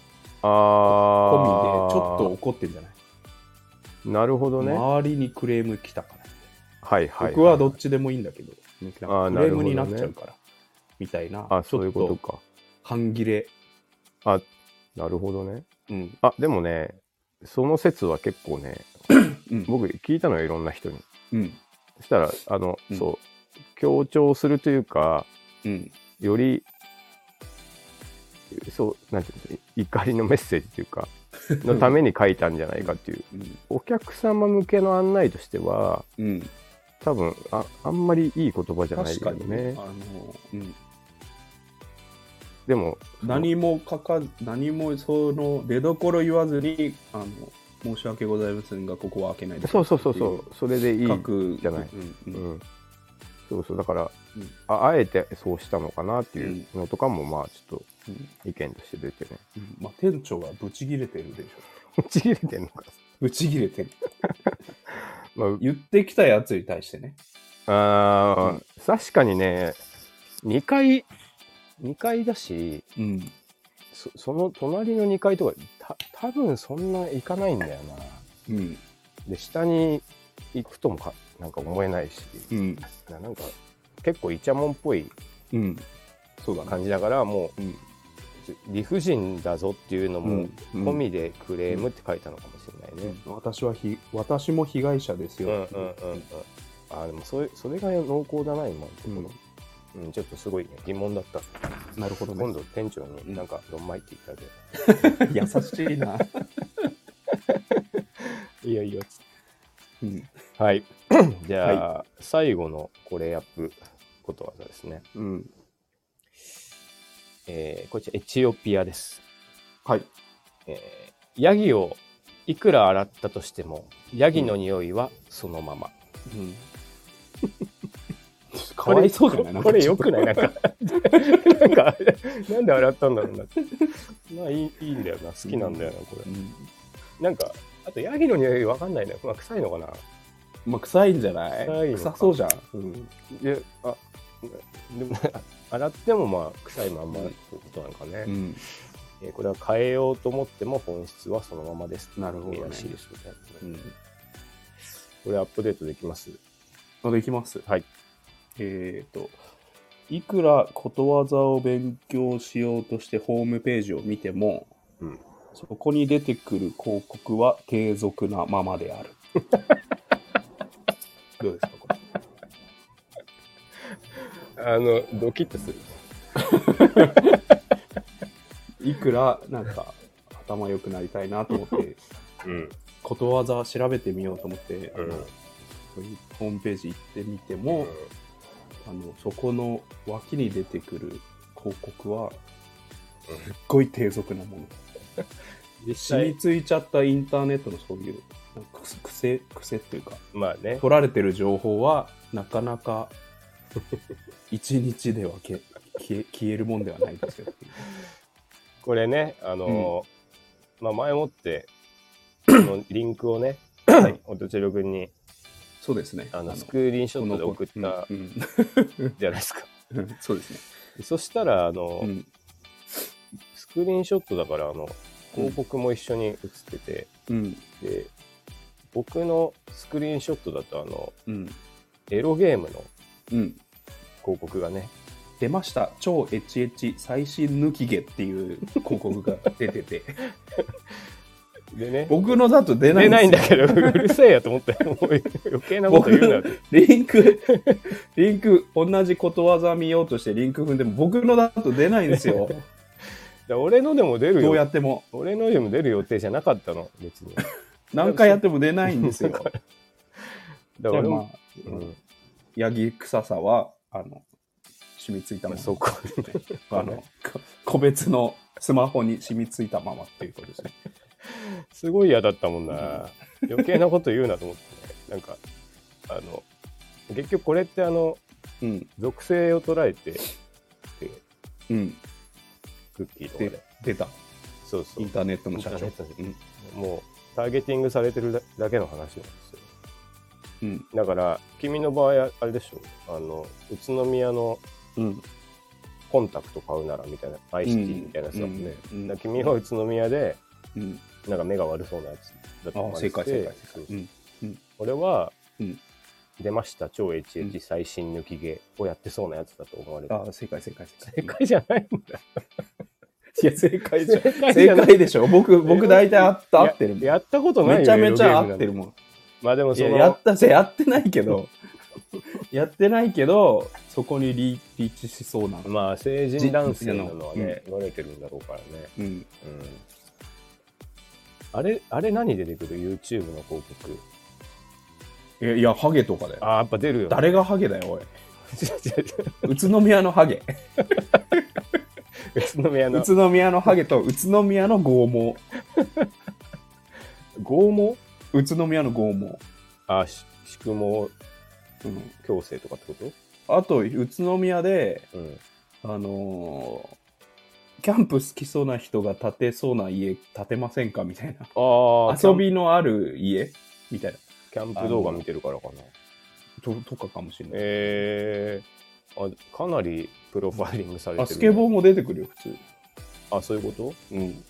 B: あ
A: 込みでちょっと
B: ー
A: 怒ってんじゃない
B: なるほどね、
A: 周りにクレーム来たから
B: はいはい
A: 僕はどっちでもいいんだけどなんか
B: あー
A: ク
B: な
A: レ
B: る
A: ー
B: ほど
A: ム
B: ね
A: になっちゃうからみたいな
B: あ
A: ち
B: そうい
A: ょ
B: う
A: っ
B: こと
A: と
B: か
A: 半切れ
B: あなるほどね
A: うん
B: あでもねその説は結構ね
A: うん
B: 僕聞いたのよいろんな人に
A: うん
B: そしたらあの、
A: うん
B: そう強調するというか
A: うん
B: よりそうなんていうの怒りのメッセージというかのために書いたんじゃないかっていう。
A: うん
B: お客様向けの案内としては、
A: うん、
B: 多分ああんまりいい言葉じゃない
A: 確か
B: よ
A: にね
B: ね。
A: あの、うん、
B: でも、
A: 何も書か何もその出どころ言わずにあの申し訳ございませんがここは開けないで
B: そうそうそうそう、それでいい。
A: 書く
B: じゃない
A: うん
B: う
A: うん
B: ん、そうそう、だから、
A: うん
B: あ、あえてそうしたのかなっていうのとかも、まあ、ちょっ
A: うん
B: と意見として出てね。
A: うんまあ、店長はブチギレてるでしょ
B: ちぎれてんのか。
A: ブチギレてる
B: まあ
A: 言ってきたやつに対してね
B: あー、
A: う
B: 確かにね、2階、2階だし、
A: うん
B: そその隣の2階とか、た多分そんな行かないんだよな。
A: うん
B: で、下に行くともか、なんか思えないし、
A: うん
B: ななんか、結構イチャモンっぽい
A: うんそうだね
B: 感じだから、も
A: うん
B: う、理不尽だぞっていうのも、
A: うん
B: 込みでクレームって書いたのかもしれないね。
A: 私はひ私も被害者です
B: うん
A: よ、
B: うんうんうん。あーでもそれそれが濃厚だな、今のところ。うん、ちょっとすごいね、疑問だった。
A: なるほど
B: 今
A: ね
B: 度店長になんかドンマイって言ってあげ
A: 優しい な、
B: る。いやいや。
A: うん
B: はい。じゃあ、最後のこれアップことわざですね。
A: うん、
B: えー、こちらエチオピアです。
A: はい
B: えー、ヤギをいくら洗ったとしても、ヤギの匂いはそのまま。
A: うん。 かわいそうじゃない
B: これこれよくない
A: い
B: なんかなんかなんで洗ったんだろうなってまあいいいいんだよな好きなんだよなこれなんかあとヤギの匂いわかんないね、まあ、臭いのかな
A: まあ、臭いんじゃない
B: 臭いのか
A: 臭そうじゃん。うん。
B: であでも 洗ってもまあ臭いまんまってことなのかね、
A: うん。
B: えーこれは変えようと思っても本質はそのままです
A: なるほどね
B: いいらしいですみたいなねこれアップデートできます
A: あできます。
B: はい。
A: えっ、と、いくらことわざを勉強しようとしてホームページを見ても、
B: うん
A: そこに出てくる広告は継続なままである。 どうですかこれ
B: あのドキッとする
A: いくらなんか頭良くなりたいなと思 って
B: うん
A: ことわざ調べてみようと思って、
B: う
A: あ
B: ん
A: のそういうホームページ行ってみても、あのそこの脇に出てくる広告は
B: うん
A: すっごい低俗なもの、
B: 実
A: 染み
B: 際
A: ついちゃったインターネットのそういうなんかく癖癖っていうか
B: まあね
A: 取られてる情報はなかな か一日ではけ消え消えるもんではないですよっていう
B: これね、あのーまあ、前もって、 このリンクをね、 おとちろくんに
A: そうですね
B: あのス
A: こ
B: クリーンショッ
A: の
B: トで送った
A: うんうん
B: じゃないですか。
A: うんそうですね、
B: そしたら、あの、
A: うん
B: スクリーンショットだから、あの、広告も一緒に写ってて、
A: うん
B: で、僕のスクリーンショットだと、あの、
A: うん
B: エロゲームの
A: うん
B: 広告がね、
A: 出ました超エチエチ最新抜き毛っていう広告が出て て
B: でね、
A: 僕のだと出ない
B: 出
A: んで
B: な
A: す
B: いん
A: よ
B: だけど、う るせえやと思って、もう余計なこと言うなって。
A: リンクリンク同じことわざ見ようとしてリンク踏んでも僕のだと出ないんです よ
B: だ俺のでも出る
A: どうや
B: よ。
A: っても
B: 俺のでも出る予定じゃなかったの、別に。
A: 何回やっても出ないん ですよ
B: だ
A: で
B: から、
A: もまあ
B: うん
A: ヤギ臭さはあの染みついたまま
B: そこ
A: あのこ個別のスマホに染みついたままっていうことですね
B: すごい嫌だったもんな余計なこと言うなと思ってねなんかあの結局これってあの
A: うん
B: 属性を捉えてで
A: うん
B: クッキーとか
A: で
B: で
A: 出た
B: そうそ
A: イ
B: う
A: ンターネットの社
B: インター
A: 長
B: ネットの社長もうターゲティングされてるだだけの話なんですよ
A: うん
B: だから君の場合あれでしょあの宇都宮の
A: うん
B: コンタクト買うならみたいなアイスティーみたいなやつだもんね、
A: うんうんうん
B: だから君は宇都宮で
A: うん
B: なんか目が悪そうなやつだと思
A: あ
B: われ
A: 正
B: てて
A: 解正解
B: そう
A: うん
B: 俺は、
A: うん
B: 出ました超
A: う
B: HH
A: ん
B: 最新抜き毛をやってそうなやつだと思われる、
A: あ正解正解
B: 正解じゃないんだ
A: いや正解じゃん
B: 正解じ
A: 正
B: ゃない
A: 解でしょ僕僕大体合った合ってるもん
B: ややったことないよ
A: めちゃめちゃ
B: エ
A: 合
B: ロ
A: っ
B: ゲ
A: て
B: ー
A: る
B: ムなん
A: もん
B: まあでも
A: い
B: そ
A: や
B: の
A: やったぜやってないけ どやってないけどそこにリリーチしそうな
B: まあ成人男性なのはね
A: じ
B: 言われてるんだろうからね
A: うん
B: うんあれ、あれ何出てくる ?YouTube の広告。
A: えいや、ハゲとかだよ。
B: ああ、やっぱ出るよ、
A: 誰がハゲだよ、おい。
B: 違う違う
A: 宇都宮のハ ゲ。
B: 宇都宮の
A: 宇。都宮のハゲと宇都宮の剛毛。
B: 剛毛
A: 宇都宮の剛毛。
B: あ、し宿毛
A: うん、
B: 矯正とかってこ
A: あと、宇都宮で、
B: とうん。
A: あのーキャンプ好きそうな人が建てそうな家建てませんかみたいな。
B: ああ、
A: 遊びのある家みたいな。
B: キャンプ。キャンプ動画見てるからかな。
A: ととかかもしれない。
B: えー、あかなりプロファイリングされてる、
A: あ、スケボーも出てくるよ、普通。
B: ーあ、そういうこと
A: うん。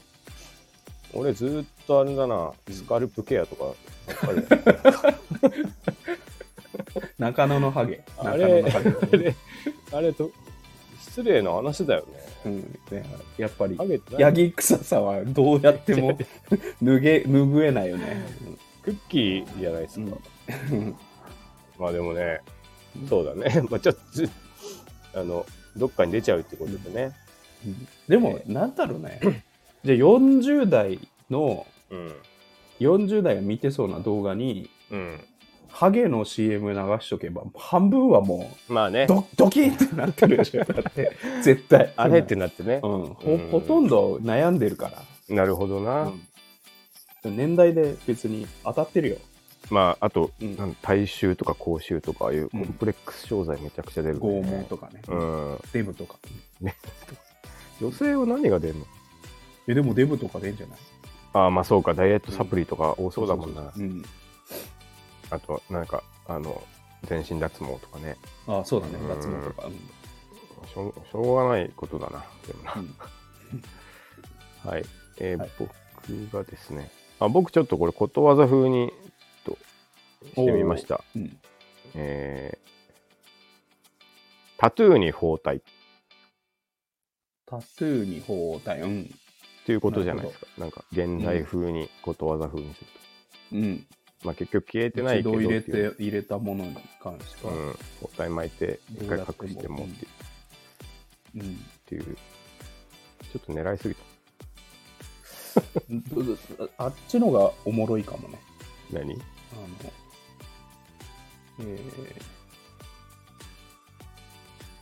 B: 俺ずーっとあれだな、スカルプケアとかばっかり
A: 中野のハゲ。
B: あ
A: 中
B: れ
A: 野のハゲ。
B: あれ、あれと、失礼な話だよね。
A: うん、ねやっぱり
B: ハ、ゲって何
A: ヤギ臭さはどうやっても 脱げ、拭えないよね。
B: クッキーじゃないですか。
A: うん
B: まあでもね、そうだね。 まあちょっとず、あの、どっかに出ちゃうってことでね。
A: でも、なんだろうね。 じゃあ40代の、
B: うん。
A: 40代が見てそうな動画に、
B: うん。
A: ハゲの CM 流しとけば、半分はも
B: まあね
A: う、ドドキンってなってるでしょ。だって、絶対。
B: あれってなってね
A: う。ん、
B: う
A: ほ
B: ん
A: ほとんど悩んでるから。
B: なるほどな。
A: うん年代で別に当たってるよ。
B: まあ、あと、
A: うん
B: なん大衆とか口臭とか、ああいうコ
A: うん
B: ンプレックス商材めちゃくちゃ出る、ね
A: 拷問とかね。
B: うん。
A: デブとか。
B: 女性は何が出るの
A: え、でもデブとかでいいんじゃない
B: ああ、まあそうか、ダイエットサプリとか多そうだもんな。
A: うん。
B: あと、なんか、あの、全身脱毛とかね。
A: ああ、そうだね。
B: うん
A: 脱毛とか。うん
B: しょうしょうがないことだな、でもな。
A: うん
B: はい。えー
A: はい
B: 僕がですね、あ僕ちょっとこれ、ことわざ風に、ちょっとしてみました。
A: うん。
B: えータトゥーに包帯っ
A: タトゥーに包帯。うん。
B: ていうことじゃないですか。なんか、現代風に、ことわざ風にすると。
A: うん。
B: まあ結局消えてないけ
A: 一
B: ど
A: 度入れ
B: っていう
A: て、入れたものに関して
B: う
A: は。
B: ん、包帯巻いて一回隠してもっていう
A: うん。
B: っていうちょっと狙いすぎた
A: どうぞあっちのがおもろいかもね。
B: 何
A: あの、えー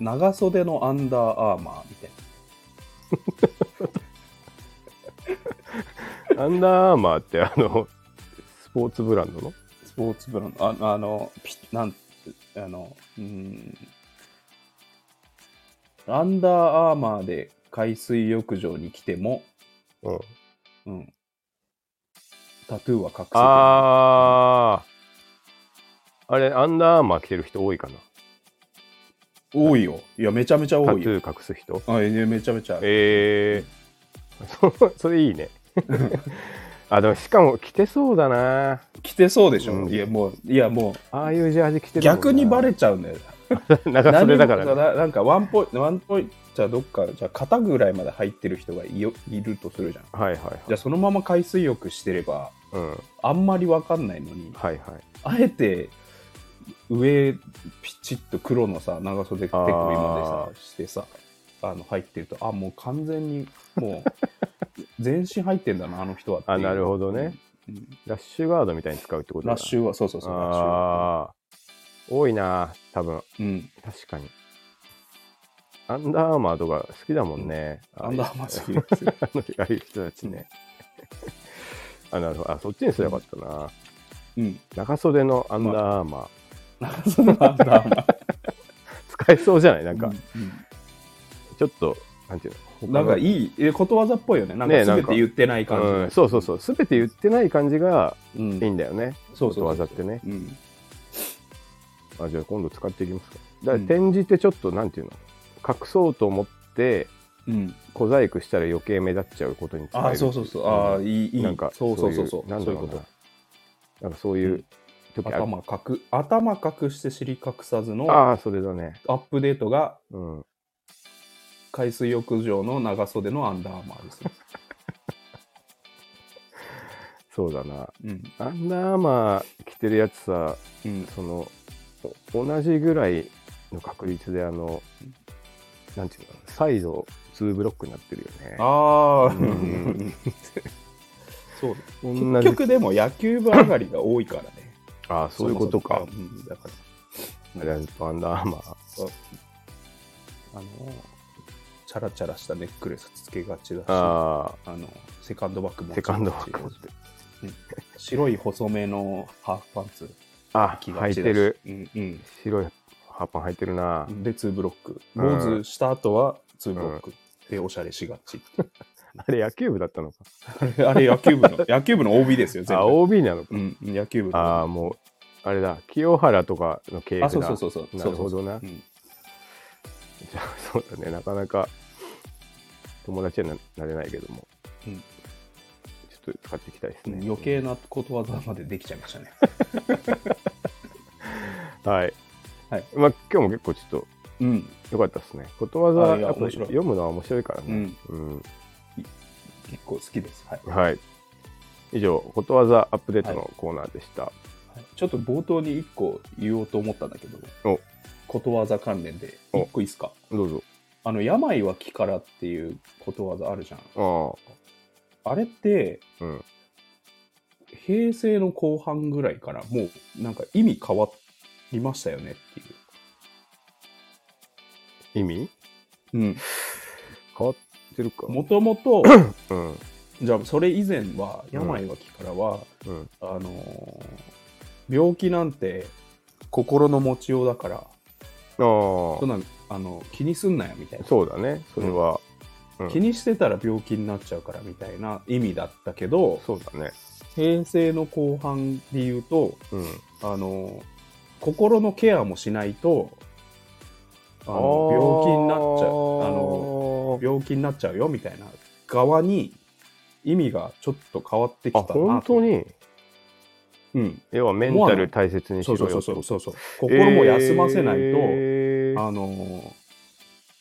A: 長袖のアンダーアーマーみたい
B: アンダーアーマーってあのスポーツブランドの
A: な。スポーツブランド、ああの、ピなん、あの、うーん、アンダーアーマーで海水浴場に来ても、
B: うん
A: うん、タトゥーは隠せてない
B: あーあれアンダーアーマー着てる人多いかな
A: 多いよ。いや、めちゃめちゃ
B: タ
A: 多
B: ト
A: いよ。
B: ゥー隠す人
A: あいやめちゃめちゃある。
B: ええー、 そそれい いねあでもしかも着てそうだな
A: 着てそうでしょ、
B: うん
A: いや、もう、いや、も
B: ああいうジャージ着
A: う、
B: てるもんな
A: 逆にバ レちゃうんだよ。
B: 長袖だから、
A: 何も
B: ね、
A: ななんかワンポイントワンポイントじゃあどっかじゃあ肩ぐらいまで入ってる人がいよいるとするじゃん
B: はいはいはい
A: じゃあそのまま海水浴してれば
B: うん
A: あんまりわかんないのに
B: はいはい
A: あえて上ピチッと黒のさ長袖手首までさしてさあの入ってるとあもう完全にもう 全身入ってんだなあの人はっていう
B: あなるほどね、
A: うん
B: ラッシュガードみたいに使うってことだ
A: ラッシュはそうそうそうラッシュは
B: ああー多いな多分
A: うん
B: 確かにアンダーアーマーとか好きだもんね、
A: アンダー マス
B: ー
A: クですよ
B: あのああいう人たちね、 あなるほどあそっちにすればよかったな、
A: うん
B: 長袖のアンダーアーマー、
A: 長袖のアンダーマ
B: 使えそうじゃないなんか、
A: うんうん
B: ちょっとなんていうの
A: なんか
B: い
A: いいえことわざっぽいよね。なん
B: ね
A: か
B: なん
A: 全
B: か
A: て言ってない感じ。
B: うん、そうそうそう全て言ってない感じが
A: うん。
B: いいんだよね、
A: そうそうそう
B: ことわざってね
A: うん。
B: あじゃあ今度使っていきますかだから
A: うん
B: 展示ってちょっとなんていうの隠そうと思って
A: うん。
B: 小細工したら余計目立っちゃうことに使える
A: ああ、そうそうそう。ああ、いい、いい。
B: なんか
A: そうそうそうそう。
B: なん
A: そ
B: だ
A: うい
B: ろ
A: う
B: う
A: こ
B: な
A: と。
B: なんかそういう時あ
A: 頭隠、頭隠して尻隠さずの
B: ああそれだね
A: アップデートが
B: うん
A: 海水浴場の長袖のアンダーアーマー ですね。
B: そうだな
A: うん。
B: アンダーアーマー着てるやつさ
A: うん。
B: そのお同じぐらいの確率であのなんていうのサイド2ブロックになってるよね
A: ああ、
B: うん
A: そうね
B: 同じ
A: 結局でも野球部上がりが多いからね。
B: ああ、そういうことか
A: そも。そもうん、だから、
B: ブラジルとアンダーアーマー。
A: あの、チャラチャラしたネックレスつけがちだし、あ
B: あ
A: の、セカンドバッグ
B: あ、
A: も
B: セカンドバック持って。
A: 白い細めのハーフパンツ
B: あ、
A: 着
B: 履
A: が
B: い
A: ちだし。
B: てる。。
A: うんうん。
B: 白いハーパン履いてるな。
A: で、ツーブロック。
B: う
A: 坊
B: ん
A: 主した後はツーブロック。で、おしゃれしがち。
B: あれ野球部だったのか。
A: あれ、あれ野球 部の、野球部の OB ですよ、全
B: あ、
A: 部。
B: OB なのか。
A: うん、野球部の。
B: ああ、もう、あれだ、清原とかの経営だ
A: あそうそうそうそう。
B: なるほどな。
A: うん
B: じゃあそうだね、なかなか友達にはなれないけども、
A: うん
B: ちょっと使っていきたいですね。
A: 余計なことわざまでできちゃいましたね。
B: はい。
A: はい
B: まあ、今日も結構ちょっと
A: うん。
B: 良かったですね。ことわざ
A: あいや
B: やっぱ
A: 面白い
B: 読むのは面白いからね。うん
A: 結構好きです。はい。
B: はい。以上、ことわざアップデートのコーナーでした。
A: はいちょっと冒頭に1個言おうと思ったんだけど
B: お、
A: ことわざ関連で、
B: お
A: 1個いいですか
B: どうぞ。
A: あの、病は気からっていうことわざあるじゃん。
B: あ
A: あれって、
B: あ、うん。
A: 平成の後半ぐらいから、もうなんか意味変わりましたよねっていう。
B: 意味
A: うん。
B: 変わってるか。
A: もとも と、
B: うん。
A: じゃあそれ以前は、病は気からは、
B: うん。
A: あのー病気なんて心の持ちようだから、
B: あ
A: そんなあの気にすんなよみたい
B: あ、
A: な、
B: そうだね。それは、うん
A: 気にしてたら病気になっちゃうからみたいな意味だったけど、
B: そうだね。
A: 平成の後半で言うと、
B: うん。
A: あのー心のケアもしないと、あの病気になっちゃうあの、
B: の
A: 病気になっちゃうよみたいな側に、意味がちょっと変わってきた
B: あ、
A: なと
B: 本当に
A: うん。
B: 要はメンタル大切にし
A: そ
B: ろ
A: う
B: よ
A: そう
B: と
A: そうそうそう。心も休ませないと、
B: えー
A: あのー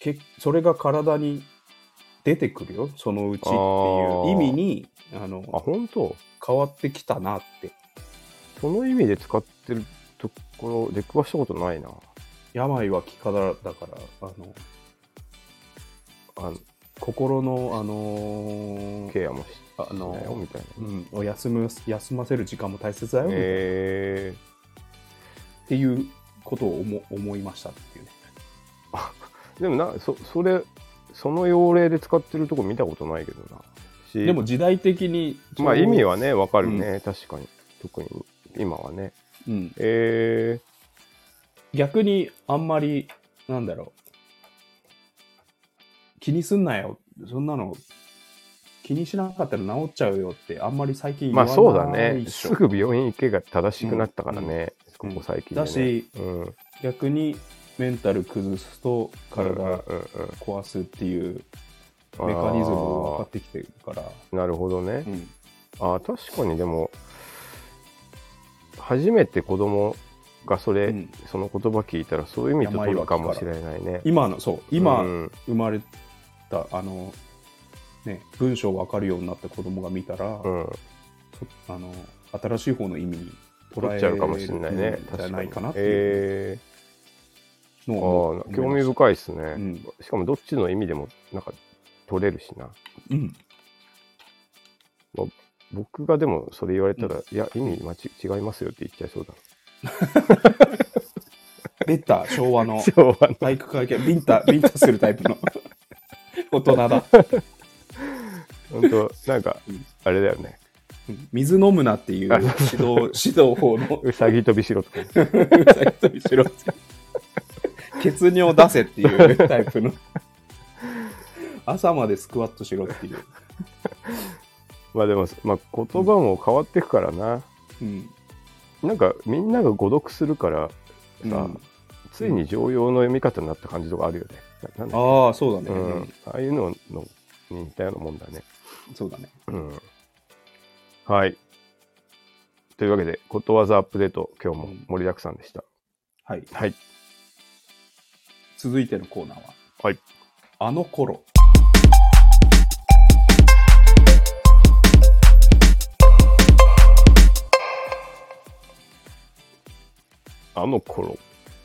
A: けそれが体に出てくるよそのうちっていう意味にあの
B: あ本当
A: 変わってきたなって
B: その意味で使ってるところ出くわしたことないな
A: 病は気からだからあの
B: あの
A: 心のあのー
B: ケアもし
A: あ
B: なよ
A: の
B: みたいな
A: ー、うん、を休む休ませる時間も大切だよ、
B: え
A: っていうことを思思いましたっていうね
B: ー、でもなそそれその用例で使ってるとこ見たことないけどなし
A: でも時代的に
B: まあ意味
A: は、
B: はねわかるね、確かに特に今はね
A: うん、
B: え
A: 逆にあんまりなんだろう気にすんなよそんなの気にしなかったら治っちゃうよってあんまり最近
B: ー、
A: 言
B: ま
A: わ
B: あそうだ
A: ない
B: ね
A: っし
B: す
A: ょ、
B: ぐ病院行けが正しくなったからね、ここ最近で、
A: だ
B: ね、
A: し
B: うん、
A: 逆にメンタル崩すと体
B: うんうんうん
A: 壊すっていうメカニズムが分かってきてるから、
B: あーなるほどね
A: う。ん
B: あー確かにでも、初めて子供がそれ、
A: うん
B: その言葉聞いたらそういう意味と取るかもしれないね。
A: 今のそう今
B: うん
A: 生まれた、あのね文章分かるようになった子供が見たら、
B: うん、
A: そあの新しい方の意味に捉
B: 取
A: え
B: っちゃうかもしれないね
A: る。ん
B: 確
A: じゃ
B: か
A: ない
B: に
A: かな。っていう
B: え
A: の
B: ー、
A: を
B: あ
A: 思
B: あ、
A: い
B: 興
A: ま
B: 味
A: した
B: 深いですね、
A: うん
B: しかもどっちの意味でもなんか取れるしな。
A: うん、
B: 僕がでもそれ言われたら、いや、意味間ち違いますよって言っちゃいそうだ
A: 出た昭和の
B: な。昭和の
A: 体育会系ビン タビンタするタイプの大人だ
B: 本当なんか、あれだよね。
A: 水飲むなっていう指導指導法の
B: うさぎ飛びしろとか。
A: うさぎと一緒 血尿出せっていうタイプの朝までスクワットしろっていう、
B: まあでも、まあ、言葉も変わってくからな、
A: うん
B: なんかみんなが誤読するから
A: う
B: さ、
A: ん、
B: ついに常用の読み方になった感じとかあるよね。ななんだ
A: ああそうだ
B: う
A: ね、
B: ん、ああいうののに似たようなもんだね。
A: そうだね
B: うん、はい。というわけで、ことわざアップデート、今日も盛りだくさんでした。
A: はい
B: はい。
A: 続いてのコーナーは
B: はい。
A: あの頃
B: あの頃。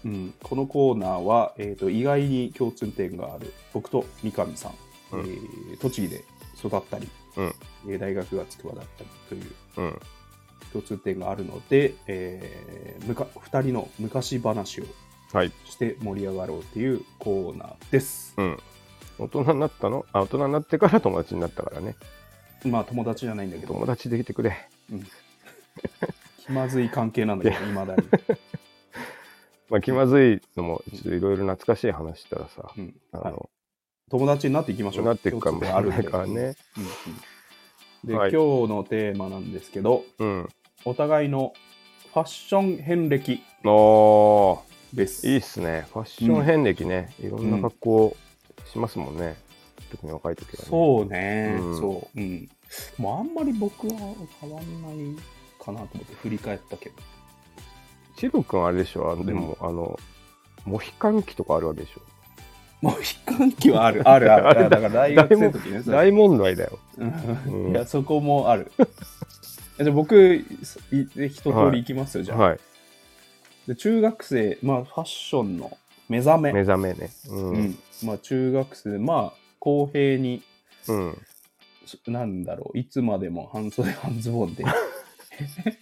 A: うん、このコーナーは、えー、と意外に共通点がある僕と三上さん、
B: うん
A: えー栃木で育ったり
B: うん
A: えー大学が筑波だったりという
B: うん
A: 共通点があるので、えーむか2人の昔話を
B: はい
A: して盛り上がろうというコーナーです。
B: うん大人になったのあ大人になってから友達になったからね
A: まあ友達じゃないんだけど、
B: 友達できてくれ
A: うん、気まずい関係なんだけど、いまだに。
B: まあ気まずいのもちょっといろいろ懐かしい話したらさ、
A: うん
B: あ
A: はい
B: の
A: 友達になっていきましょう。
B: なっていくかも
A: 共通点あるん
B: な
A: で
B: いからね
A: うんうんで、
B: はい
A: 今日のテーマなんですけど、
B: うん
A: お互いのファッション遍歴
B: ああ
A: です。
B: いいっすね。ファッション遍歴ね。いろんな格好しますもんね。特に若い時はね。
A: そうね、
B: うん
A: そう。うん。もうあんまり僕は変わんないかなと思って振り返ったけど。
B: チロ君あれでしょあのでも、あの、モヒカン期とかあるわけでしょ
A: もう悲観期はあ る。あるある。
B: あれだ
A: だから大学生の時ね。それ
B: 大問題だよ。
A: うん
B: うん
A: いや、そこもある。じゃあ僕、い一通り行きますよ、じゃあ、
B: はい。
A: で。中学生、まあファッションの目覚め。
B: 目覚めね。うん。
A: う
B: うん。
A: ん。まあ中学生で、まあ公平にそなんだろう、いつまでも半袖半ズボンで、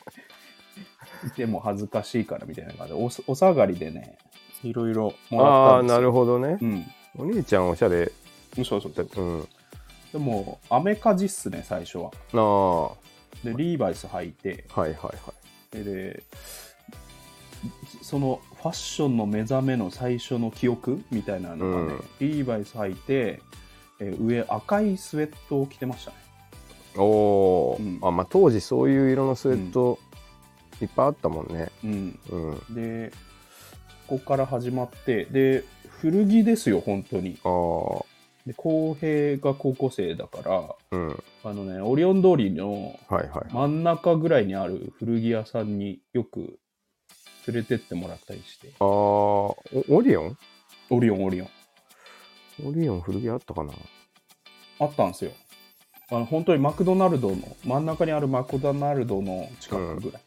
A: いても恥ずかしいからみたいな感じで、おすお下がりでね、いろいろも
B: あ
A: ら
B: あ
A: った
B: ー、
A: んです
B: な
A: よ。
B: るほどね。
A: う
B: お兄ちゃんおしゃれ
A: ん、そうそうそ
B: だ
A: う。
B: うん。
A: でも、アメカジっすね、最初は。
B: ああ、は
A: で、リーバイス履いて、
B: いはいはい。
A: でで、そのファッションの目覚めの最初の記憶みたいなのがね、リーバイス履いて、えー上赤いスウェットを着てましたね。
B: おお、
A: うん
B: あ、まあ当時そういう色のスウェット、いっぱいあったもんね。
A: うん。
B: うん。あ
A: でそこから始まってで古着ですよ本当に
B: あー、
A: で浩平が高校生だから
B: うん。はい
A: あのねオリオン通りの
B: はいはい。
A: 真ん中ぐらいにある古着屋さんによく連れてってもらったりして
B: ああ、おオリオン
A: オリオンオリオン
B: オリオン古着あったかな
A: あったんですよあの本当にマクドナルドの真ん中にあるマクドナルドの近くぐらい、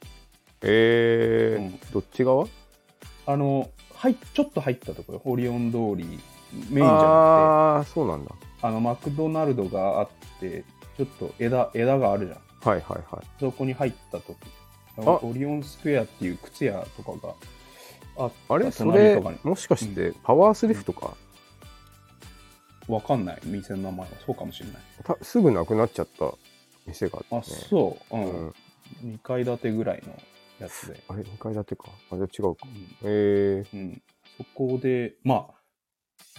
B: ええ
A: うん
B: どっち側
A: あのはいちょっと入ったところオリオン通りメインじゃなくて
B: ああー、そうなんだ。
A: あのマクドナルドがあってちょっと枝枝があるじゃん
B: はいはいはい。
A: そこに入った時なんかオリオンスクエアっていう靴屋とかがあった
B: あれそ
A: 隣
B: れ
A: とかに、
B: もしかして、パワースリフトか、
A: わかんない店の名前はそうかもしれない
B: たすぐなくなっちゃった店があ
A: あ
B: って、ね。
A: そう、う
B: うんん。
A: 2階建てぐらいのやつで、
B: あれ、2階建てか。あ、じゃあ違うか
A: う。ん
B: ええ
A: うんそこでまあ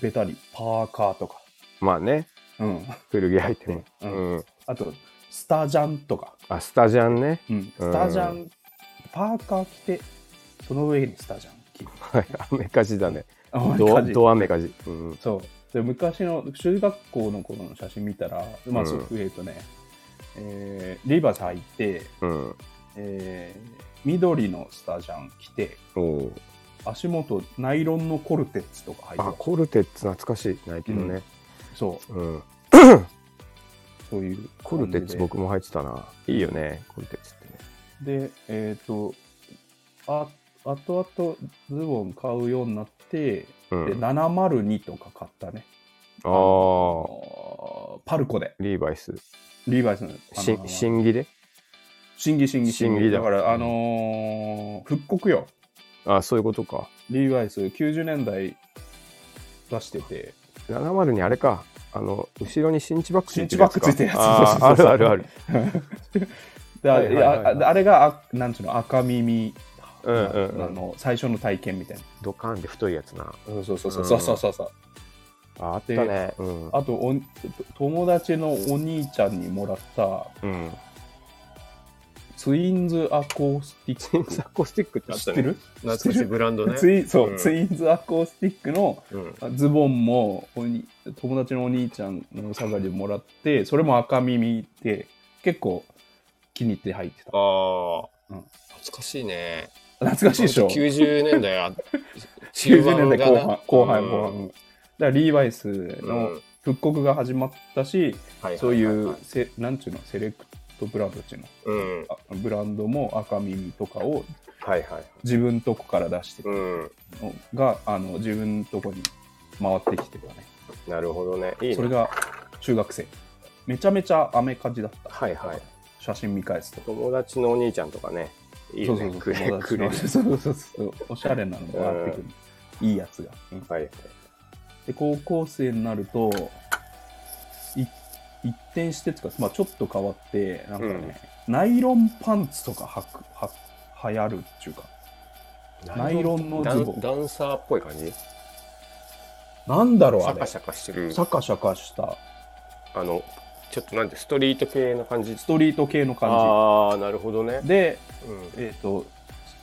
A: ベタリパーカーとか、
B: まあね、
A: うん、
B: 古着入っても。
A: う
B: うんん。
A: あとスタジャンとか、
B: あ、スタジャンね。
A: うん、スタジャン、パーカー着てその上にスタジャン着る
B: はい、アメカジだね。
A: あ
B: ド
A: マジ
B: ドアメカジ。うん。
A: そう。で昔の中学校の頃の写真見たら、まあ、そう
B: う
A: えっ、とね、えーリバース履いて、
B: うん。
A: えー緑のスタジャン着て、
B: おおー。
A: 足元ナイロンのコルテッツとか履
B: あ、
A: いて
B: コルテッツ懐かしい。ないけどね。
A: た。そう、
B: うん。
A: そういう。
B: コルテッツ僕も入ってたな。いいよね、コルテッツってね。
A: で、えっ、と、あ、あとあとズボン買うようになって、
B: う
A: で、
B: ん。あ
A: 702とか買ったね。
B: あ
A: あ
B: ー、
A: ーパルコで、
B: リーバイス。
A: リーバイスの。あ
B: し
A: のー
B: 新着で
A: 審議審議
B: 審議だ
A: だから、あのー復刻よ
B: あ、そういうことか。
A: リーバイス90年代出してて
B: 70にあれか。あの、後ろに新地バック
A: 新地バッグついてるやつ
B: あー
A: そう
B: あ
A: そうそう
B: るあるある。
A: で
B: はいはいはいはい
A: あああれがあなんちゅうの赤耳、
B: うんうんうん
A: あの最初の体験みたいな
B: ドカンって太いやつな。
A: そうそうそうそう
B: うん
A: そうそうそうそう
B: あ、あったね。うん。
A: あとお友達のお兄ちゃんにもらった
B: うん。
A: ツインズアコースティッ
B: ツインズアコースティックって
A: ク
B: あっ
A: 知
B: た
A: って
B: ね。
A: る
B: 懐かしいブランドね。
A: ツイそう、
B: ん
A: ツインズアコースティックの
B: うん。
A: ズボンもおに友達のお兄ちゃんのお下がりでもらってそれも赤耳で結構気に入って入ってた
B: あ
A: うん
B: 懐かしいね。
A: 懐かしいでしょ
B: 90年代 あ
A: 90年代後半後半後半、だからリーバイスの復刻が始まったし、そういうせなんちゅうのセレクトブランドっていうの
B: うん。
A: あブランドも赤耳とかを
B: はいはい。
A: 自分とこから出してる
B: うん。
A: のが、あの自分とこに回ってきてたね
B: なるほどね。いいね
A: それが中学生めちゃめちゃ雨感じだった。
B: はいはい。
A: 写真見返すと。
B: 友達のお兄ちゃんとかね、いいよね。くれ、くれる。
A: そうそうそう。おしゃれなのがあってくる。いいやつが。
B: はいはい。
A: で、高校生になると、い一転してつか、まあちょっと変わって、なんかね、ナイロンパンツとか履く、は、流行るっていうか、ナイロンのズボン
B: ダンダンサーっぽい感じシ
A: なんだろう、あ
B: ャ
A: れ。
B: カ
A: シ
B: シャカしてる。
A: ャカシャカした、
B: あの、ちょっとなんて、ストリート系の感じ。
A: ストリート系の感
B: ああ、なるほどね
A: じ。。で、
B: うん
A: えっ、と、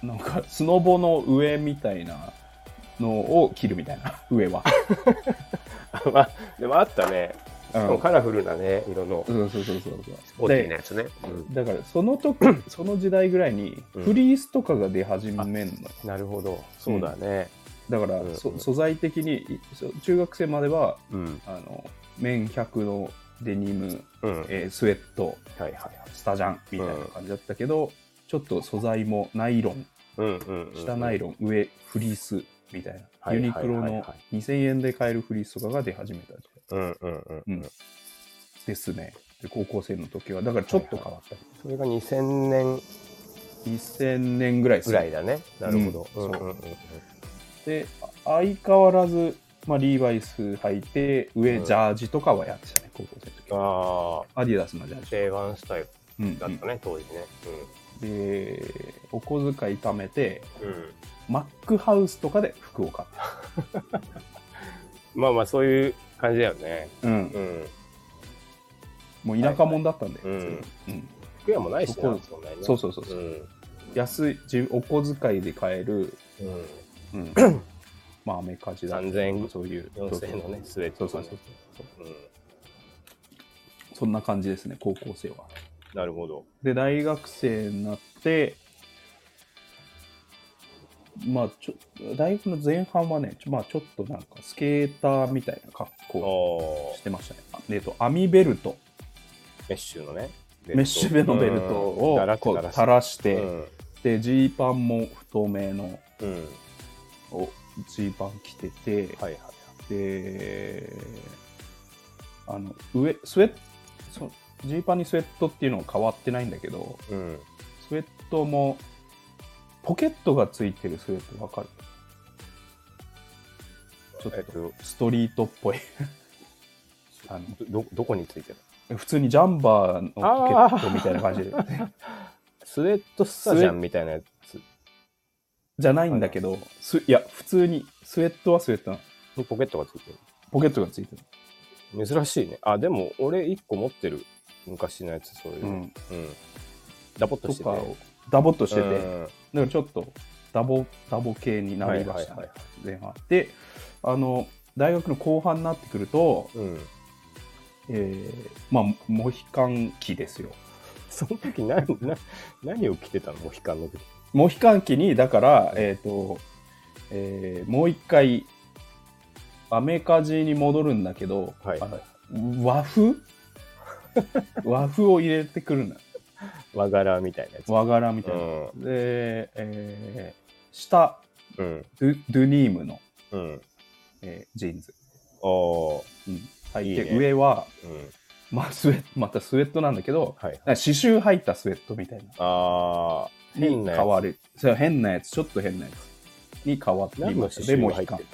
A: なんか、スノボの上みたいなのを着るみたいな、 上は。
B: まあ、でもあったね。
A: う
B: し
A: ん
B: かもカラフルなね、色の。
A: そうそうそうそう
B: スポーティーな
A: で
B: やつね。うん
A: だからその 時その時代ぐらいに
B: うん
A: フリースとかが出始めんのよ、
B: なるほど。そうだね。
A: だから、
B: うん
A: そ素材的にいそう中学生までは
B: うん。
A: あの綿100のデニム、
B: うん。はい
A: えースウェット
B: はいはい。
A: スタジャンみたいな感じだったけど、ちょっと素材もナイロン
B: うんうんうん。
A: 下ナイロン、上フリースみたいな
B: はい
A: ユ
B: はい
A: ニ
B: はい
A: クロの2000円で買えるフリースとかが出始めた時代
B: うんうんうんうん。
A: ですねで高校生の時はだからちょっと変わった、
B: それが2000年
A: 2000年ぐらいです
B: ぐ
A: ね
B: らいだね。なるほど。
A: うん
B: うんうんうん
A: であ相変わらず、まあ、リーバイス履いて上
B: うん
A: ジャージとかはやってたね、高校生の時は
B: あ
A: アディダスのジャー
B: あ、
A: ジ、
B: J1 スタイル
A: うん
B: だったね、当時ね。
A: でお小遣い貯めて
B: うん。うん。
A: マックハウスとかで服を買った、
B: まあまあ、そういう感じだよね。
A: うん、
B: うん。
A: もう田舎者だったんで、
B: はいはい
A: うん
B: 服屋もないし
A: そ
B: な
A: こ、
B: そんなにね。。
A: そうそうそうそううん安い自お小遣いで買える、
B: うん。
A: うん、まあアメカジだ
B: 3000円
A: そういう
B: 4000円のね、スウェッ
A: そうそ
B: ト
A: う
B: とかね
A: そう。
B: うん。
A: そんな感じですね高校生は
B: なるほど。
A: で大学生になってまあちょ大学の前半はねちょ,、まあ、ちょっとなんかスケーターみたいな格好を
B: ああ
A: し。てましたねあでえっと網ベルト
B: メッシュのね。ベルト
A: メッシュベのベルトを
B: うん
A: こう
B: 垂らす
A: 垂らして、
B: うん
A: でジーパンも太めの
B: うん。
A: をジーパン着てて、
B: はいはいはい。
A: であの上スウェットジーパンにスウェットっていうのは変わってないんだけど
B: うん。
A: スウェットもポケットがついてるスウェットわかるちょ
B: えっ
A: っと
B: と、
A: ストリートっぽい あの
B: ど、どこについてる
A: 普通にジャンバーのポケットみたいな感じで
B: スウェットスタジャンみたいなやつ。
A: じゃないんだけどすいや普通にスウェットはスウェットなの
B: にポケットがついてる。
A: ポケットがついてる、
B: 珍しいねあでも俺1個持ってる昔のやつそうい
A: う
B: うのうん
A: ん、
B: ダボっと
A: と
B: してて
A: かをダボっとしてて、だ
B: うん
A: からちょっとダボダボ系になりました、ね
B: はいはい
A: 前半であの大学の後半になってくると、
B: うん
A: えーまあモヒカン期ですよ
B: その時何な何を着てたのモヒカンの時
A: モヒカン期にだから、えーとえーもう一回アメカジに戻るんだけど、
B: はい
A: あの和風 和風を入れてくるんだ
B: 和柄みたいなやつ
A: 和柄みたいな。
B: う
A: で、えー下
B: ん
A: ドゥ、ドゥニームの、
B: うんうん
A: えージーンズ、
B: おー
A: うん、履い
B: いい
A: て
B: ね
A: 上は、
B: うん
A: まあ、スウェットまたスウェットなんだけど
B: はい
A: なんか刺繍入ったスウェットみたいな
B: あー変な
A: 変
B: や
A: わるそう変なやつちょっと変なやつに変わって
B: つ何
A: い
B: の
A: ま
B: 刺
A: すで
B: 繍
A: モ
B: が入
A: ヒ
B: っ
A: カン
B: てる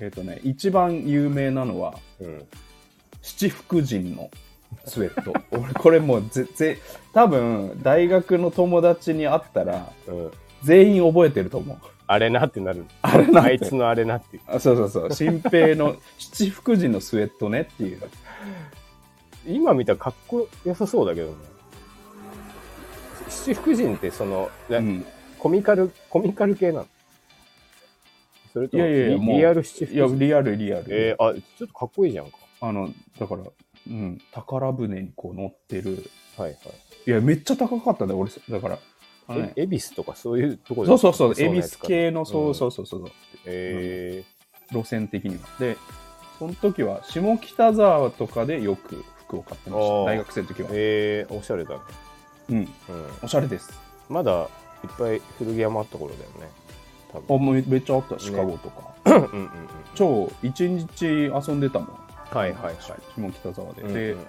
A: えっ、とね、一番有名なのは、
B: うん
A: 七福神のスウェ ット。俺、これもうぜ、ぜ、多分、大学の友達に会ったら、
B: うん
A: 全員覚えてると思う。
B: あれなってなる
A: あれなん
B: あい
A: て
B: つ。のあれなって
A: あそうそうそう。新平 の七福神のスウェットねっていう。
B: 今見たらかっこよさそうだけどね七福神ってその、ね
A: うん。
B: コミカル、コミカル系なのそれと
A: いやいやいや
B: リ
A: もう
B: リアル七
A: いや、
B: 福
A: リアルリアル。
B: えー、あ、ちょっとかっこいいじゃんか。
A: あの、だから、うん、宝船にこう乗ってる。
B: はいはい。
A: いや、めっちゃ高かったね、俺、だから。あのね
B: え、恵比寿とかそういうところ
A: そうそうそう、恵比寿
B: へ
A: 系の、そうそうそうそう。
B: え
A: 路線的には。で、その時は下北沢とかでよく服を買ってました。
B: あー
A: 大学生の時は
B: ー、。えー、おしゃれだね。
A: うん。
B: うん。
A: おしゃれです。
B: まだいっぱい古着屋もあった頃だよね。多
A: あ、
B: 分。
A: もうめっちゃあった。シカゴとか。
B: うんうんうん。
A: 超、一日遊んでたもん。
B: はいはいはい
A: 下北沢で、
B: うん
A: で
B: うんうん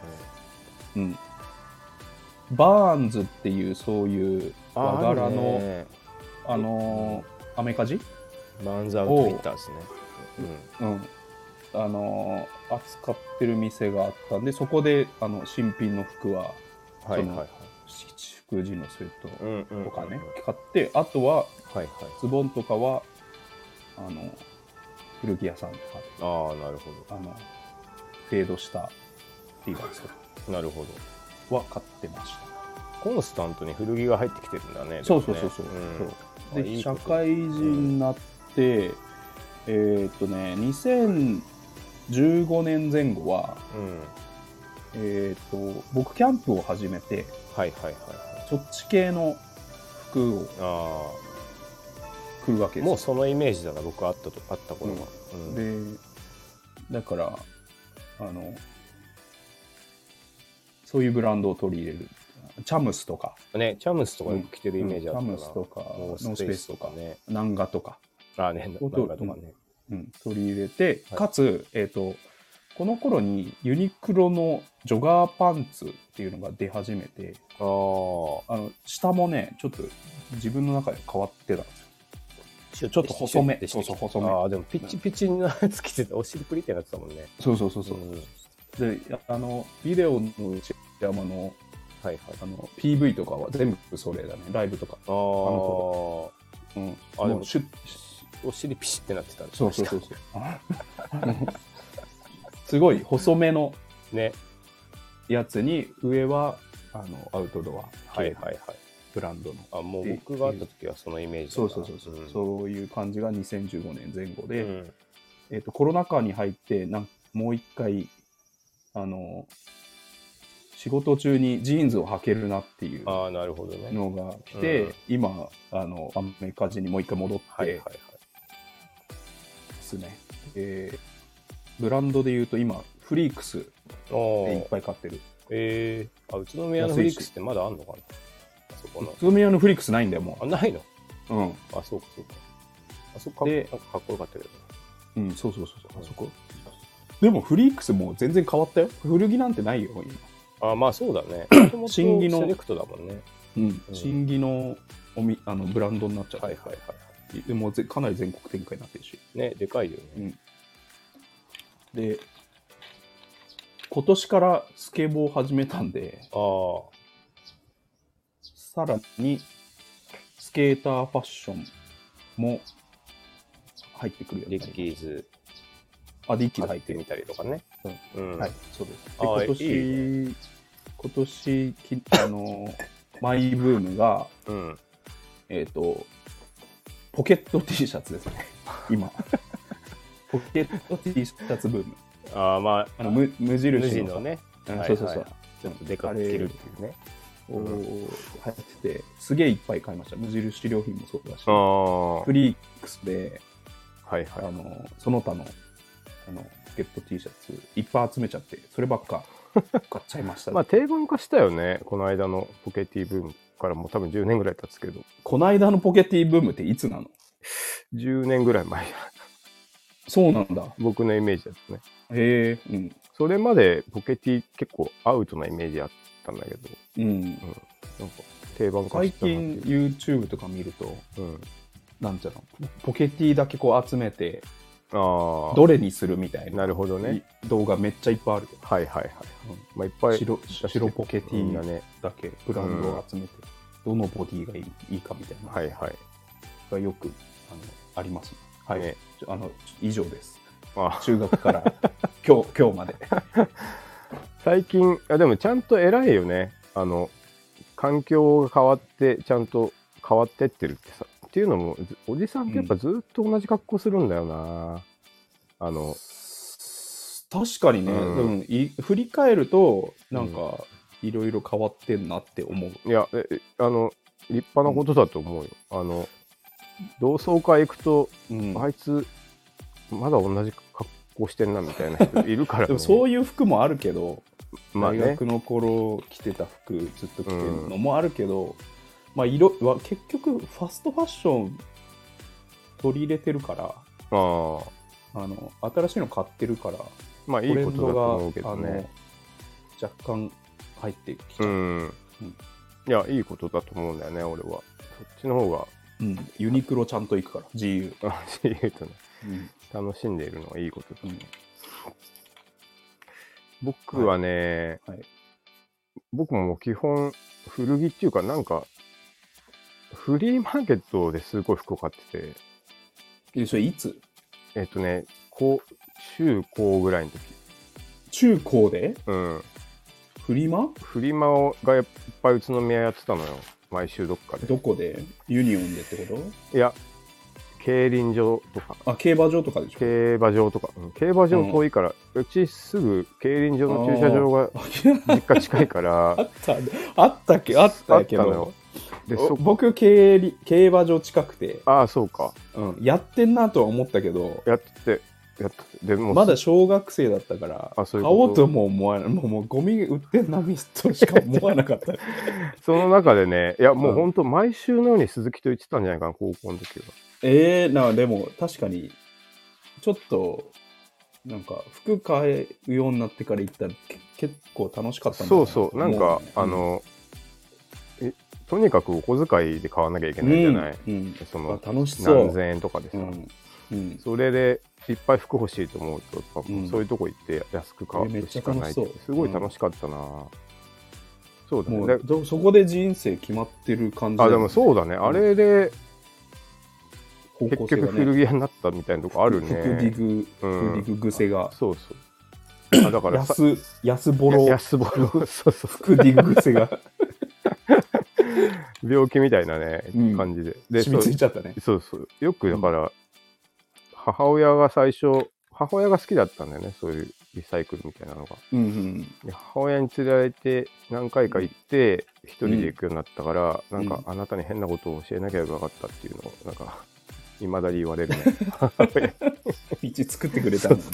A: うんバーンズっていうそういう和
B: あ
A: 柄のあ,、
B: ね
A: のーアメカジ、
B: バーンズアウトフィッターですね。
A: うん、あのー扱ってる店があったんでそこであの新品の服は
B: うん、はいはいはい。
A: 七福神のスウェッ
B: んう
A: トとか
B: はい
A: ね買ってあとは
B: はい。
A: ズボンとかはあの古着屋さんとかで
B: ああ、なるほ
A: あのフェードしたっていうんですけ
B: ど。なるほど。
A: どは買ってました。
B: コンスタントに古着が入ってきてるんだね。
A: そうそうそうそう。
B: でもねん
A: そう
B: あい
A: で
B: いこ
A: 社
B: と
A: 会人になって、えーっとね2015年前後は、
B: うん。
A: えーっと僕キャンプを始めて
B: はいはいはい。
A: そっち系の服を
B: あ
A: 着るわけです
B: あ、もう
A: よ。
B: そのイメージだな、僕あったと、あった頃は。うん
A: でだからあのそういうブランドを取り入れるチャムスとか
B: ね、チャムスとかよく着てるイメージあったな
A: うんチャムスとか
B: ノースペースとかね。
A: 南画とか。
B: ああね、
A: 音
B: 漫画とかね。
A: うん、取り入れて、
B: はい
A: かつ、えっとこの頃にユニクロのジョガーパンツっていうのが出始めてあ
B: ああ。
A: の下もねちょっと自分の中で変わってたんですよ
B: ちょっ
A: と細めそうそう細め
B: ああ、でもピッチピチなやつ着てて、お尻プリってなってたもんね。
A: そうそうそうそう、
B: んはい
A: でやあのビデオの内山の
B: はい。
A: あの PV とかは全部それだねライブとか、
B: ああ、お
A: うん、
B: あでも
A: もうシュッ
B: 尻ピシってなってたん
A: そうそうそうそうあの すごい細めの
B: う。ね。
A: やつに上はあのアウトドア
B: はい
A: 系
B: はいはい。
A: ブランドの
B: あもう僕が会った時はそのイメージだ
A: そ
B: な
A: うそうそうそう、
B: ん
A: そういう感じが2015年前後
B: う
A: で、
B: ん
A: えっとコロナ禍に入ってなんもう一回あの仕事中にジーンズを履けるなっていう
B: ああなるほどね
A: のが来て、
B: うん
A: 今あのアメリカ人にもう一回戻って
B: はいはいはい
A: ますね、えーブランドで言うと今フリークス
B: お
A: でいっ
B: お
A: ぱい買ってる
B: えー、あ宇都宮のフリックスってまだあんのかなあそ この
A: 宇都宮のフリークスないんだよも
B: あないの
A: ううん、
B: あそうかそうかあそこか
A: で
B: なんかかっこよかったけどね
A: うん、そうそうそうそうあそこでもフリークスも全然変わったよ古着なんてないよ今
B: あまあそうだ ねもともとセ
A: 新規の
B: レクトだもんね
A: うん
B: うん
A: 新規のおみあのブランドになっちゃった、
B: はいはいは
A: でもうぜかなり全国展開になってるし
B: いねでかいよね
A: で今年からスケボーを始めたんで
B: ああ
A: さらにスケーターファッションも入ってくるよ
B: デ
A: ね
B: ィッキーズ
A: あディッキーズ入
B: 入っ
A: って
B: てみ
A: る、
B: たりとかねうん
A: はいそうですで
B: あ
A: 今
B: ー
A: 年
B: い
A: 今年きあのマイブームが
B: うん
A: えっ、と、ポケット T シャツです ね、今。ポケット T シャツブーム。
B: ああま
A: あ
B: あ
A: の無無印の
B: 無地のね
A: うん
B: はい
A: そうそうそう
B: は。ちょっとでかく着るっていうね
A: おー流行ってて、すげえいっぱい買いました。無印良品もそうだし
B: あ、あは
A: フリークスで、
B: い
A: あ
B: はい
A: のその他のあのポケット T シャツいっぱい集めちゃって、それば っか買っちゃいました。
B: まあ定番化したよね、この間のポケティブームからもう多分10年ぐらい経つけど、
A: こないだのポケティブームっていつなの
B: 10年ぐらい前 や、
A: そうなんだ。
B: 僕のイメージだったね。
A: へえ、うん。
B: それまでポケティ結構アウトなイメージあったんだけど、
A: うん、
B: なんか定番化
A: 最
B: したなってい
A: 近
B: う。
A: YouTube とか見ると、
B: うん、
A: なんていうのポポケティだけこう集めて
B: ああ、
A: どれにするみたいな
B: なるほどね。
A: い動画めっちゃいっぱいある、
B: はいはいはい。まあいっぱい
A: 白白ポケテ
B: みん
A: ィ
B: なね。
A: だけブランドを集めて、どのボディがいいいいかみたいなの
B: はいはい。
A: がよくあのありますね、はい、
B: ね
A: ちょあのち以上です
B: あ
A: 中学から 今日今日まで
B: 最近あ、でもちゃんと偉いよね。あの、環境が変わって、ちゃんと変わってってるってさ。っていうのも、ずおじさんってやっぱずっと同じ格好するんだよな。あの、
A: 確かにね、
B: うん
A: でもい振り返るとなんかいろいろ変わってんなって思う、
B: いや、ええあの、立派なことだと思うよ。あの、同窓会行くと、
A: うん
B: あいつ、まだ同じ格好してんなみたいな 人いるから、ね。
A: でもそう
B: い
A: いう服もあるけど
B: う、まあ
A: 大
B: ね、
A: 学の頃着てた服ずっと着てるのもあるけど、まあ色は結局ファストファッション取り入れてるから
B: ああ、
A: あの新しいの買ってるから
B: まあい
A: ト
B: い
A: レ
B: こと
A: ン
B: だと思
A: ド
B: うけ
A: が、
B: ど
A: あの
B: ね。、
A: 若干入ってき
B: う
A: た。
B: ん。いや、いいことだと思うんだよね、俺は。そっちの方が、
A: うんユニクロちゃんと行くから、GU。
B: あ自由とね、
A: うん
B: 楽しんでいるのはいいことだ。
A: うん
B: 僕はね、
A: はいはい
B: 僕も基本古着っていうかなんかフリーマーケットですごい服を買ってて
A: えそれいつ
B: えっ、とね高中高ぐらいの時、
A: 中高で
B: うん、
A: フリマ
B: フリマをがいっぱい宇都宮やってたのよ毎週どっかで
A: どこでユニオンでってこ
B: いや競輪場とか
A: とあ、競馬場とかでしょ
B: 競馬場とか、うん競馬場遠いから、うちすぐ競輪場の駐車場が実家近いから
A: あったね、あったけあっ
B: あ
A: た
B: っ
A: け
B: た
A: ど
B: のよで
A: お
B: そ
A: 僕競り競馬場近くて、
B: ああそうか
A: うん、やってんなとは思ったけど
B: やってて、やってて、でもう、
A: まだ小学生だったから
B: あそういう
A: 買
B: こと
A: おうとも思わないもうもうゴミ売ってんなミスとしか思わなかった
B: その中でね、いや、もううん本当、毎週のように鈴木と言ってたんじゃないかな、高校の時は。
A: ええなでも確かにちょっとなんか服買うようになってから行ったらけ結構楽しかったんだ
B: そ
A: な
B: うそう、
A: と
B: な
A: 思
B: んか、あの、えとにかくお小遣いで買わなきゃいけないじゃない。
A: うんうん
B: そ
A: あ
B: の、
A: 楽しそう
B: 何千円とかでさ。
A: うんうん、
B: それで、いっぱい服欲しいと思うと、やっぱ
A: うん
B: そういうとこ行って安く買
A: えめっ
B: う
A: ちゃ
B: しかないって
A: 楽しそう
B: すごい楽しかったな、そうだ
A: も
B: ね。
A: う
B: で
A: どそこで人生決まってる感じだ
B: あ、
A: よ
B: で
A: ね
B: もそうだね。あれで、
A: 方
B: 結
A: 向性が
B: 局
A: ね
B: 古着屋になったみたいなとこあるね。
A: 服ディグ、
B: うん
A: 服ディグ癖が。
B: そうそう。あだからさ、
A: 安、安ボロ、
B: 安ボロ、そうそう
A: 服ディグ癖が
B: 病気みたいなね、
A: うん
B: 感じで。
A: 染
B: でそ
A: み
B: う
A: ついちゃったね。
B: そうそう。よくだから、母親が最初、母親が好きだったんだよね、そういうリサイクルみたいなのが。
A: うんうん。
B: で母親に連れられて何回か行って、一人で行くようになったから、
A: ん
B: なんか、あなたに変なことを教えなきゃよかったっていうのを、なんか、いまだに言われるね。
A: 道作ってくれたもんね。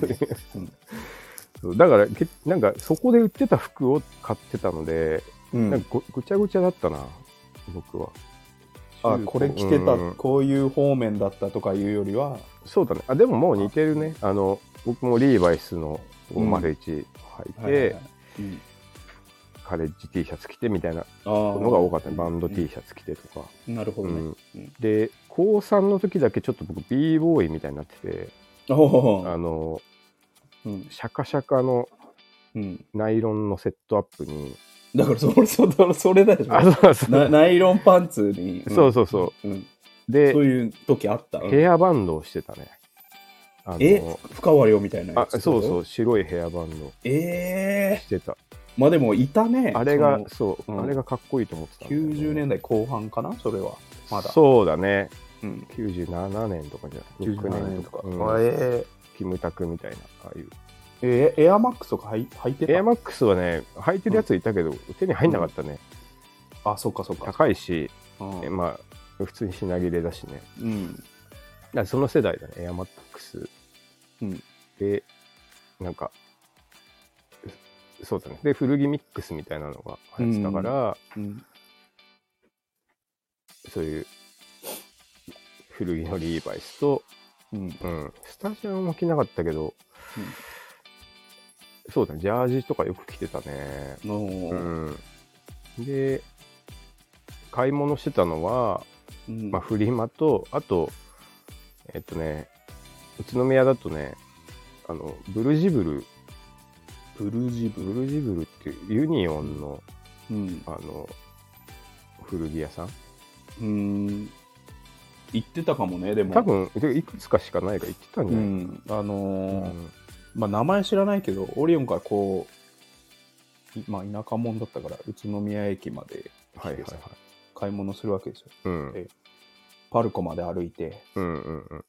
B: そうだから、けなんか、そこで売ってた服を買ってたので、
A: うんう
B: なん
A: ん
B: かごごちゃごちゃだったな、僕は。
A: あ、これ着てた、
B: うん
A: こういう方面だったとかいうよりは、
B: そうだね。あ、でももう似てるね。あの、僕もリーバイスの501履い
A: はいはい
B: て
A: はい、うん
B: カレッジ T シャツ着てみたいな
A: あ
B: のが多
A: ー
B: かったね。バンド T シャツ着てとか。
A: なるほ
B: う
A: どね。
B: ん。で、高3の時だけちょっと僕 b ボーイみたいになってて、
A: おお
B: あ
A: ー。
B: の、
A: うん
B: シャカシャカの
A: うん
B: ナイロンのセットアップに、
A: だから、それ、それ、それだでし
B: あ、
A: ょ。
B: そうそ
A: な
B: う。
A: ナイロンパンツに。ん
B: そうそうそ
A: うん
B: う。で
A: そう、いう時あった。うん
B: ヘアバンドをしてたね。あ
A: え
B: の、
A: 深割よみたいなや
B: あ、
A: つ
B: そうそう、白いヘアバンド
A: ええ
B: してた。
A: まあでもいたね。
B: あれが、
A: そ
B: そう、
A: うん
B: あれがかっこいいと思ってた
A: の
B: んだよね。
A: 90年代後半かな、それは。まだ。
B: そうだね。
A: うん。
B: 97年とかじゃない
A: 97
B: 9
A: 年
B: 年
A: とか
B: とか。
A: あ
B: うん
A: え
B: キムタクみたいな、ああいう。
A: えエアマックスとかはい履いてた
B: エアマックスはね、履いてるやついたけど、手に入んなかったね。
A: あ、そうかそうか。
B: 高いし、
A: うん
B: えまあ、普通に品切れだしね。
A: うん。
B: だからその世代だね、エアマックス
A: うん。
B: で、なんか、うそうだね。で、古着ミックスみたいなのが流行ってたから、
A: うん。
B: そういう、古着のリーバイスと、
A: うん。
B: うん、スタジオも着なかったけど、そうだね、ジャージとかよく着てたね。
A: の、
B: うん、で買い物してたのは、
A: うん
B: まあ、フリマとあとえっとね宇都宮だとねあのブルジブル
A: ブルージブ
B: ブルジブルっていうユニオンの
A: ル。うん。
B: あの古着屋さん
A: うん。行ってたかもね、でも。
B: 多。分てかいくつかしかないから行ってたん
A: う
B: じゃない
A: ん。あのー
B: うん
A: まあ名前知らないけど、オリオンからこう、いまあ田舎者だったから、宇都宮駅まで
B: はいはいはい
A: 買い物するわけですよ。
B: うん
A: えパルコまで歩いて、
B: うんうんうんうん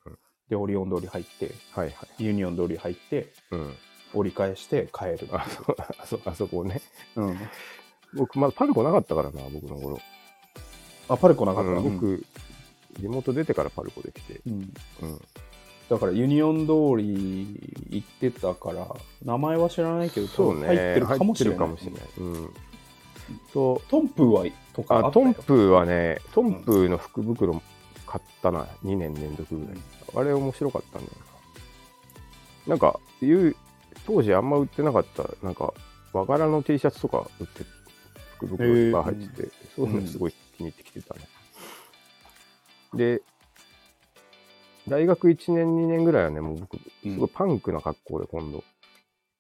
A: で、オリオン通り入って、
B: はいはい
A: ユニオン通り入って、
B: うん
A: 折り返して帰る。
B: あそあそあそこね
A: うん、
B: 僕まだパルコなかったからな僕の頃
A: あ、パルコなかった。
B: うん
A: うん
B: 僕地元出てからパルコできて
A: うん
B: うん
A: だからユニオン通り行ってたから、名前は知らないけど、
B: そうね。
A: 入ってるかもしれない。
B: 入ってるかもしれないうん。と、
A: トンプーはとかあ
B: あ、
A: った
B: ト
A: よ
B: ンプーはね、トンプーの福袋買ったな、2年連続ぐらい。あれ面白かったんだよな。なんか、ゆう当時あんま売ってなかったなんか和柄の T シャツとか売って福袋いっぱい入ってて、そういうのすごい気に入ってきてたね、で大学1年2年ぐらいはねもう僕す
A: うん
B: ごいパンクな格好で今度、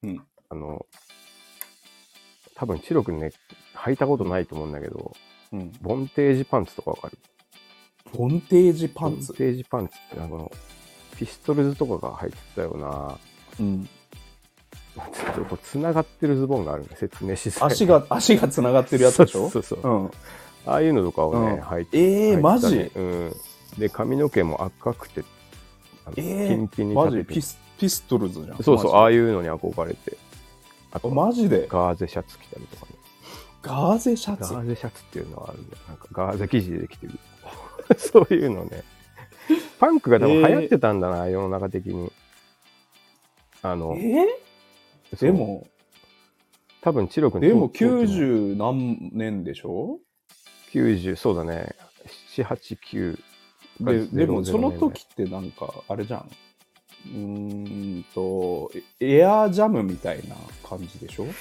A: うん
B: あの多分チロ君ね履いたことないと思うんだけど
A: うん。
B: ボンテージパンツとかわかる
A: ボンテージパン
B: ボ
A: ツ
B: ン。テージパンツってあのピストルズとかが入ってたような
A: うん。
B: なんつうのこう繋がってるズボンがあるんだ説明しづらい
A: 足が、足がつながってるやつでしょ
B: そうそうそう
A: うん。
B: ああいうのとかをね、
A: うん
B: 履いて
A: ええ
B: 履
A: マ
B: いてたね
A: ジ
B: うんで髪の毛も赤くてあの
A: えー
B: ピンピンに
A: マ
B: 立
A: ジ
B: てて
A: ピスピストルズじゃん。
B: そうそうあ
A: マ
B: あいうのに憧れてあ
A: ジ
B: と
A: で。マジで
B: ガーゼシャツ着たりとかね
A: ガーゼシャ
B: ガ
A: ツ。
B: ーゼシャツっていうのはあるんだよなんかガーゼ生地でできてる そういうのねパンクが多分流行ってたんだな、世の中的にあ
A: え
B: の
A: ー
B: そ
A: で
B: う
A: も、
B: 多分チロ君
A: でも
B: 当時の
A: 90何年でしょ
B: 90そうだね789
A: でで
B: ゼロ
A: も
B: ゼロ
A: その
B: 年
A: 時ってなんかあれじゃんうーんとエエアージャムみたいな感じでしょ流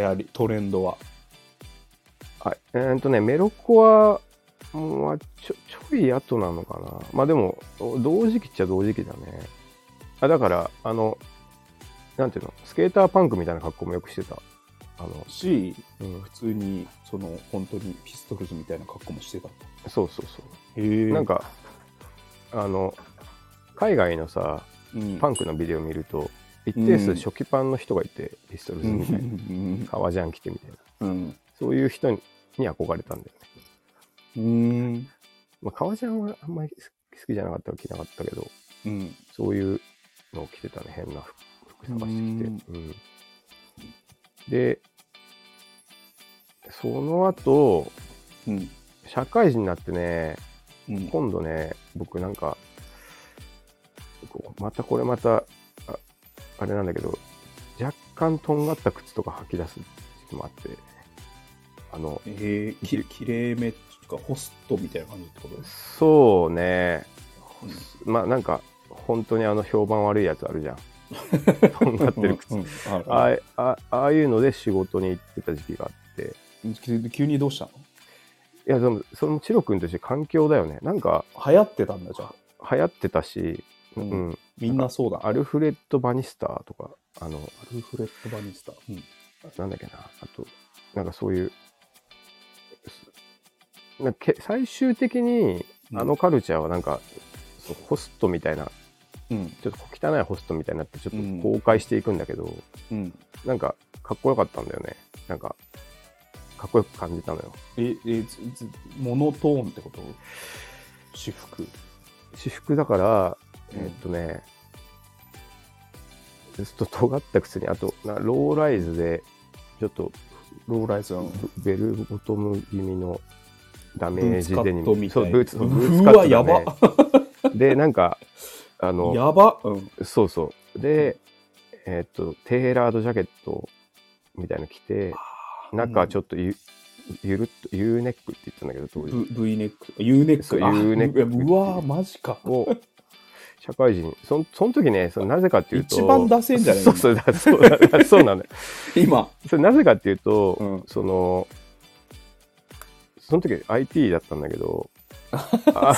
A: 行りトレンドは
B: はいえーっとねメロコアはちょちょい後なのかなまあでもお同時期っちゃ同時期だねあだからあのなんていうのスケーターパンクみたいな格好もよくしてたあの、
A: し
B: うん
A: 普、通にその本当にピストルズみたいな格好もしてた
B: そうそうそう
A: へえ
B: なん、か、あの、海外のさ、
A: うん、
B: パ
A: ン
B: ンクのビデオ見ると、一定数
A: うん
B: 初期パンの人がいて、ピストルズみたいな、革ジャン着てみたい
A: う
B: な、
A: ん
B: そういう人にに憧れたんだよね。
A: うん
B: まあ、革ジャンはあんまり好きじゃなかったから着なかったけど、
A: うん
B: そういうのを着てたね、変な服服探してきて。うんで、その後、
A: うん
B: 社会人になってね、
A: うん
B: 今度ね僕なんかこうまたこれまたああれなんだけど若干とんがった靴とか履き出す時期もあってあの
A: えー、ききれいめっていうかホストみたいな感じってことです
B: そうねまあなんか本当にあの評判悪いやつあるじ ゃんとんがってる靴
A: うんうん
B: あ
A: あ
B: ああああいうので仕事に行ってた時期があって
A: 急急にどうしたの
B: いやでもそのチロ君として環境だよねなんか
A: 流行ってたんだじゃあ
B: 流行ってたし、う
A: うん
B: ん
A: みんなそうだ
B: アルフレッド・バニスターとかあの
A: アルフレッド・バニスタ。うん。
B: なんだっけな、あと、なんかそういう、すなんかけ最終的に
A: うん
B: あのカルチャーはなんか、そうホストみたいな、
A: うん。
B: ちょっと汚いホストみたいになって、ちょっと
A: うん
B: 崩壊していくんだけど、
A: うん、
B: なんかかっこよかったんだよね。なんか、かっこよく感じたのよ。
A: え、え、ずずモノトーンってこと私服。
B: 私服だから、
A: うん
B: えっとね、ずっと尖った靴に、あと、なローライズで、ちょっと
A: ローライズの。
B: ベルボトム気味のダメージデニ
A: ブー
B: ム。
A: ツカットみたいな
B: そう、ブーツ、そうブーツ
A: う
B: カット
A: わ、
B: だ
A: や
B: ね
A: ば。
B: で、なんか、あの、
A: やば。うん。
B: そうそう。で、えーっと、テーラードジャケットみたいなの着て、中ちょ
A: っ
B: っとゆ,、ゆるっと、U ネックって言ったんだけど、当時。
A: V ネック。U ネッ
B: そう
A: ク。あ
B: U ネック
A: ううわ、マジか。
B: を、社会人、そんその時ね、そのなぜかっていうと、
A: 一番ダセえんじゃない
B: そうそうだ、そうだ、だそうなんだよ。
A: 今。
B: それなぜかっていうと、
A: うん
B: そのその時 IT だったんだ けどあ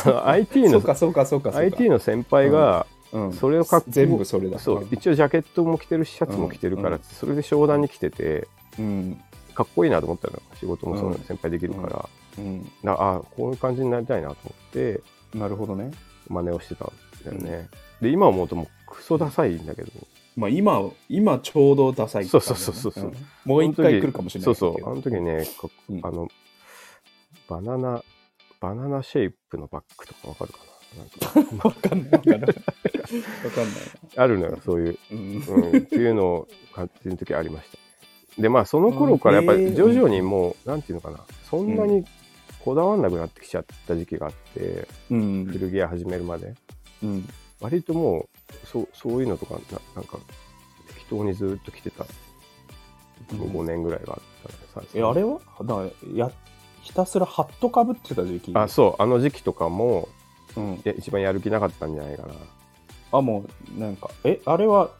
B: の IT
A: そ
B: の
A: うか、そうか、そうか。そうか
B: IT の先輩が、
A: うん
B: それを格好
A: 全部それだ。
B: そう一応ジャケットも着てるしシャツも着てるから、
A: うんうん
B: それで商談に来てて
A: うん。
B: かっこいいなと思ったの仕事もそ
A: う
B: の
A: ん
B: 先輩できるから、だか
A: うん。
B: らあこういう感じになりたいなと思って
A: なるほどね。
B: 真似をしてたんだよね、で今思うともうクソダサいんだけど
A: まあ今、今ちょうどダサいって感じだね。
B: そうそうそうそうん
A: もう一回来るかもしれない
B: そう
A: けど。
B: そうあの時ねかっ
A: うん
B: あの、バナナ、バナナシェイプのバッグとかわかるかななんか
A: わかんない。わかんない。わかんない。
B: あるのよ、そういう、
A: うん
B: うん、っていうのを感じる時ありました。で、まあ、その頃からやっぱ
A: うんへ
B: り
A: ー
B: 徐々にもう、なんていうのかな、そんなにこだわんなくなってきちゃった時期があって、
A: うん。
B: 古着屋始めるまで。
A: うん。
B: 割ともう、そうそういうのとかな、なんか、適当にずっと着てた5年ぐらいがあったね、
A: え、あれはだやひたすらハットかぶってた時期。
B: あ、そう、あの時期とかも、
A: うん。
B: いや一番やる気なかったんじゃないかな。
A: あ、もう、なんか、え、あれは、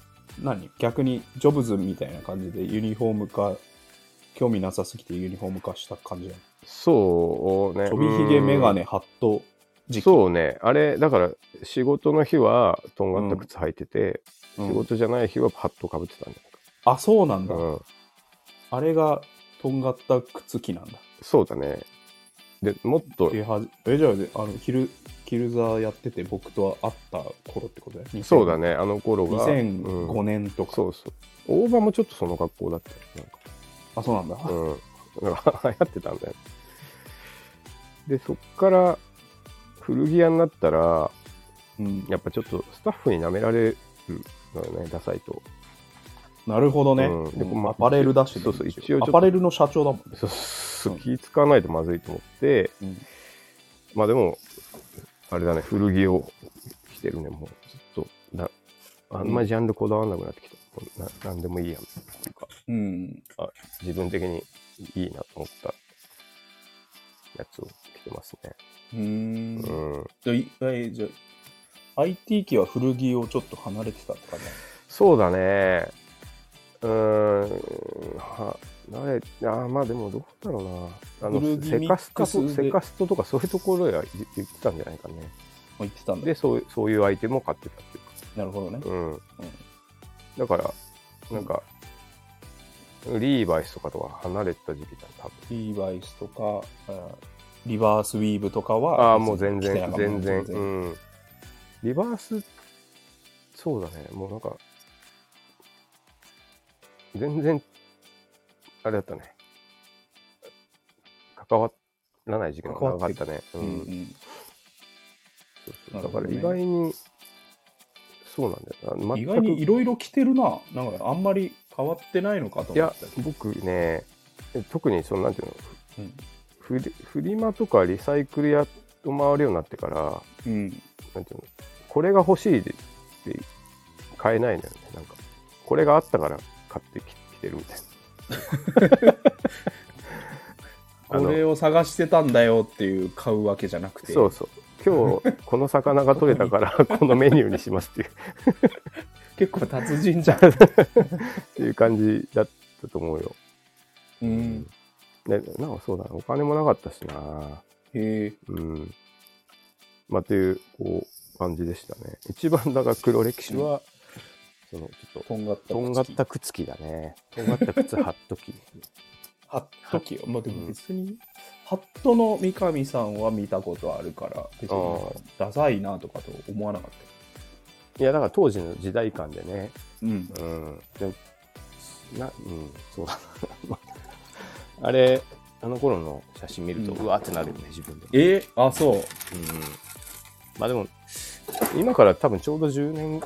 A: 何逆にジョブズみたいな感じでユニフォーム化興味なさすぎてユニフォーム化した感じだ
B: そうね。
A: ちょびひげ
B: うん
A: メガネハット時期
B: そうね。あれ、だから仕事の日はとんがった靴履いてて、
A: うん
B: 仕事じゃない日はパッとかぶってたんだ
A: あそうなんだ、
B: うん。
A: あれがとんがった靴機なんだ
B: そうだね。で、もっと
A: え、はじえじゃああのキルキルザーやってて僕と会った頃ってことだよね
B: そうだね、あの頃が。
A: 2005
B: うん
A: 年とか、
B: そうそう。大場もちょっとその格好だったよなんか
A: あそうなんだ、
B: うん。なんか 流行ってたんだよ。で、そっから古着屋になったら、
A: うん
B: やっぱちょっとスタッフに舐められるのよね、ダサいと。
A: なるほどね、
B: うん
A: でも
B: まあ
A: アパレルだしね、
B: そうそう一応ちょっ
A: ア
B: と
A: パレルの社長だもんね
B: そうそう気使わないとまずいと思って、
A: うん
B: まあでも、あれだね、古着を着てるね、もうずっとな、あんまりジャンルこだわらなくなってきた。もうななんでもいいやみたいななんか
A: うん
B: 自分的にいいなと思ったやつを着てますね。
A: うーん
B: う
A: じ
B: ん。
A: ゃあいえじゃあ IT 機は古着をちょっと離れてたとかね
B: そうだね。うーん。は、なれ、あーまあでもどうだろうな。あ
A: 古
B: の、
A: 着
B: セカスト
A: ミック
B: と、
A: スで
B: セカストとかそういうところや言言ってたんじゃないかね。
A: 言ってたんだ
B: で、そうそういうアイテムを買ってたっていう
A: なるほどね
B: か。うん。だから、なんか、リーバイスとかとは離れてた時期だね、多分。
A: リーバイスとかあリバースウィーブとかは
B: ああー、もう全
A: 来てな
B: 然、
A: かった
B: 全然。うん。リバース、そうだね、もうなんか、全然、あれだったね。関わらない時間が長かったね。う
A: うんんうん
B: そうそう
A: なる
B: だ
A: ほ
B: か
A: ど
B: ら
A: ね
B: 意外に、そうなんだよな。
A: 意
B: 全く
A: 外にいろいろ着てるななんかあんまり変わってないのかと
B: い
A: 思
B: や
A: ってた、
B: 僕ね、特にその、なんていうの、
A: うん
B: フリフリマとかリサイクル屋と回るようになってから、
A: うん
B: なんていうのこれが欲しいでって買えないのよねなんかこれがあったから買ってききてるみたいな あ
A: こ
B: の
A: れを探してたんだよっていう買うわけじゃなくて
B: そうそう今日この魚が取れたから このメニューにしますっていう
A: 結構達人じゃん、
B: っていう感じだったと思うよ、
A: う、
B: うんね、なんかそうだなお金もなかったしな
A: へえ
B: うんまあというこう感じでしたね一番だから黒歴史は、そのちょっと
A: とんがった
B: とんがった靴きだねとんがった靴はっとき
A: ハット機をまあでも別にハットの三上さんは見たことあるから別になんかダサいなとかと思わなかっ
B: いやだから当時の時代感でね、
A: たうん
B: うん、でもなうんそう だなあれあの頃の写真見ると、
A: う
B: うんわーってなるよね自分でも、
A: えあそう
B: うん、まあでも今から多分ちょうど10年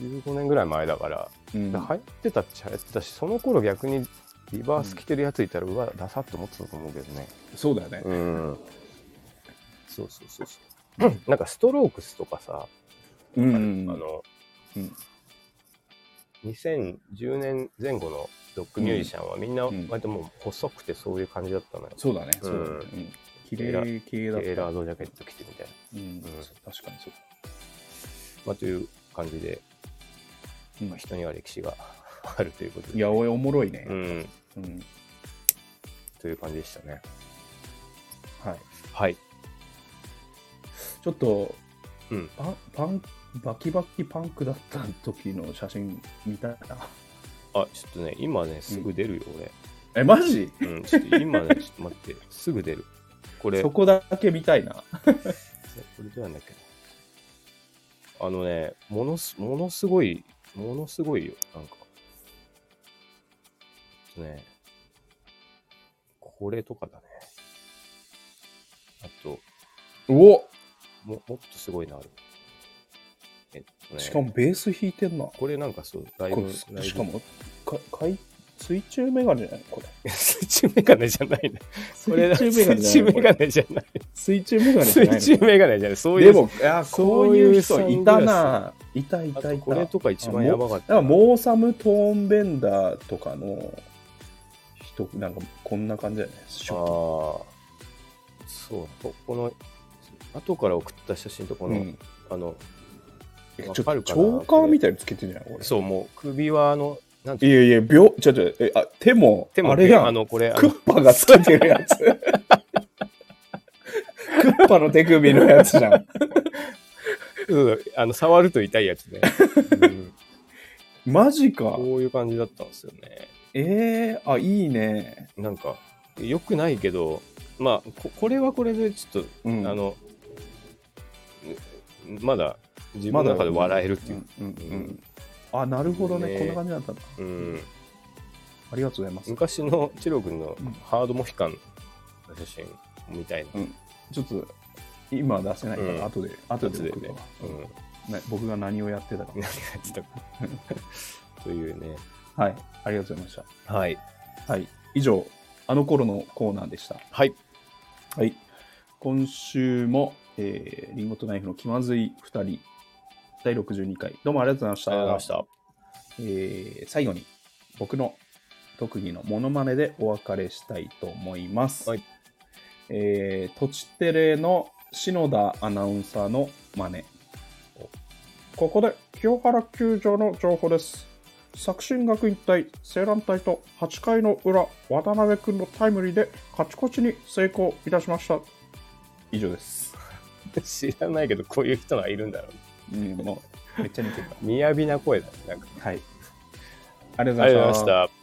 B: 15年ぐらい前だから、
A: うん
B: 流行ってたっちゃ流行ってたしその頃逆にリバース着てるやついたら、うわダサって思ってたと思うけどね
A: そうだよね
B: うんそうそうそうそう なんかストロークスとかさ、
A: うん
B: あの
A: うん
B: 2010年前後のロックミュージシャンはみんな
A: うん
B: 割ともう細くてそういう感じだったのよ。
A: そうだねそうだね
B: うん
A: うん綺麗系だっ
B: テー
A: た
B: ラードジャケット着てみたいな。
A: うん
B: うん
A: 確かにそう
B: まあ、という感じで、
A: うん
B: まあ、人には歴史があるということで。
A: いやおいおもろいね
B: うん、
A: うん
B: という感じでしたね。
A: はい
B: はい。
A: ちょっと
B: うん、
A: パンパンバキバキパンクだった時の写真見たいな
B: あ、ちょっとね、今ね、すぐ出るよ、
A: えマジ
B: 俺。うん、ちょっと今ね、ちょっと待って、すぐ出る。これ、
A: そ
B: こ
A: こだけ見たいな
B: れどうやんだっけなあのね、ものす、ものすごい、ものすごいよ、なんか。ちょっとね、これとかだね。あと、
A: お
B: ももっとすごいのある。えっとね、
A: しかもベース弾いてんな
B: これなんかそう、ライ
A: こ
B: ブ、
A: れ
B: ライブ
A: しか、もかかい水中メガネじゃないこれ
B: 水中メガネじゃないね。これ、
A: 水中メガネ
B: 水
A: じ
B: 中
A: ゃない
B: メガネじゃない。
A: 水中メガネじゃないの
B: 水中メガネじゃない。そうい
A: で
B: う。
A: もいやこ
B: そうう
A: い
B: いうう
A: 人
B: 人
A: い
B: い
A: た
B: た
A: ないたい
B: あ
A: たい
B: と
A: た
B: これとか一番
A: あ
B: やばかっ
A: だから
B: た。
A: モーサム・トーンベンダーとかの人なんかこんな感じだよねショ
B: ああ、そう、ここの、後から送った写真とこの、
A: うん
B: あの、え
A: ちょっと、チ
B: な
A: ョーカーみたいにつけてんじゃない俺。
B: そう、もう首はあの、なんて
A: い
B: いう
A: やいや、秒、ちょちょ、え、あ、手も、
B: 手も
A: あれや
B: あ
A: ん。
B: の、これ、あ
A: ク
B: の
A: ッパが つけてるやつ。クッパの手首のやつじゃん。
B: うんあの触ると痛いやつね、 うん
A: マジか。
B: こういう感じだったんですよね。
A: えー、あ、いいね。
B: なんか、良くないけど、まあ、ここれはこれでちょっと、
A: うん
B: あの、まだ自分の中で笑えるっていう。
A: うんうんうんあ、なるほどね。
B: いいね
A: こんな感じだったんだ。
B: うん
A: ありがとうございます。
B: 昔のチロ君の
A: うん
B: ハードモヒカンの写真みたいな。
A: ちょっと、今は出せないから、
B: うん
A: 後で、後で僕
B: 後で
A: が、
B: ねうん。
A: ね僕が何をやってたか。
B: 何やってたか。というね。
A: はい。ありがとうございまし
B: はい。
A: た。はい。以上、あの頃のコーナーでした。
B: はい。
A: はい。今週も、えー、リンゴとナイフの気まずい2人、第62回、どうもありがとうございました。
B: ありがとうございました。
A: えー最後に、僕の特技のモノマネでお別れしたいと思います。
B: はい
A: えー、とちテレの篠田アナウンサーの真似。ここで、清原球場の情報です。作新学院対西蘭隊と8回の裏、渡辺君のタイムリーで勝ち越しに成功いたしました。以上です。
B: 知らないけど、こういう人がいるんだろう。
A: うん、もう、めっちゃ似てる。
B: 雅な声だね。なんか。
A: はい。ありが
B: あ
A: と
B: り
A: う
B: が
A: ございま
B: とうござ
A: し。
B: いましたた。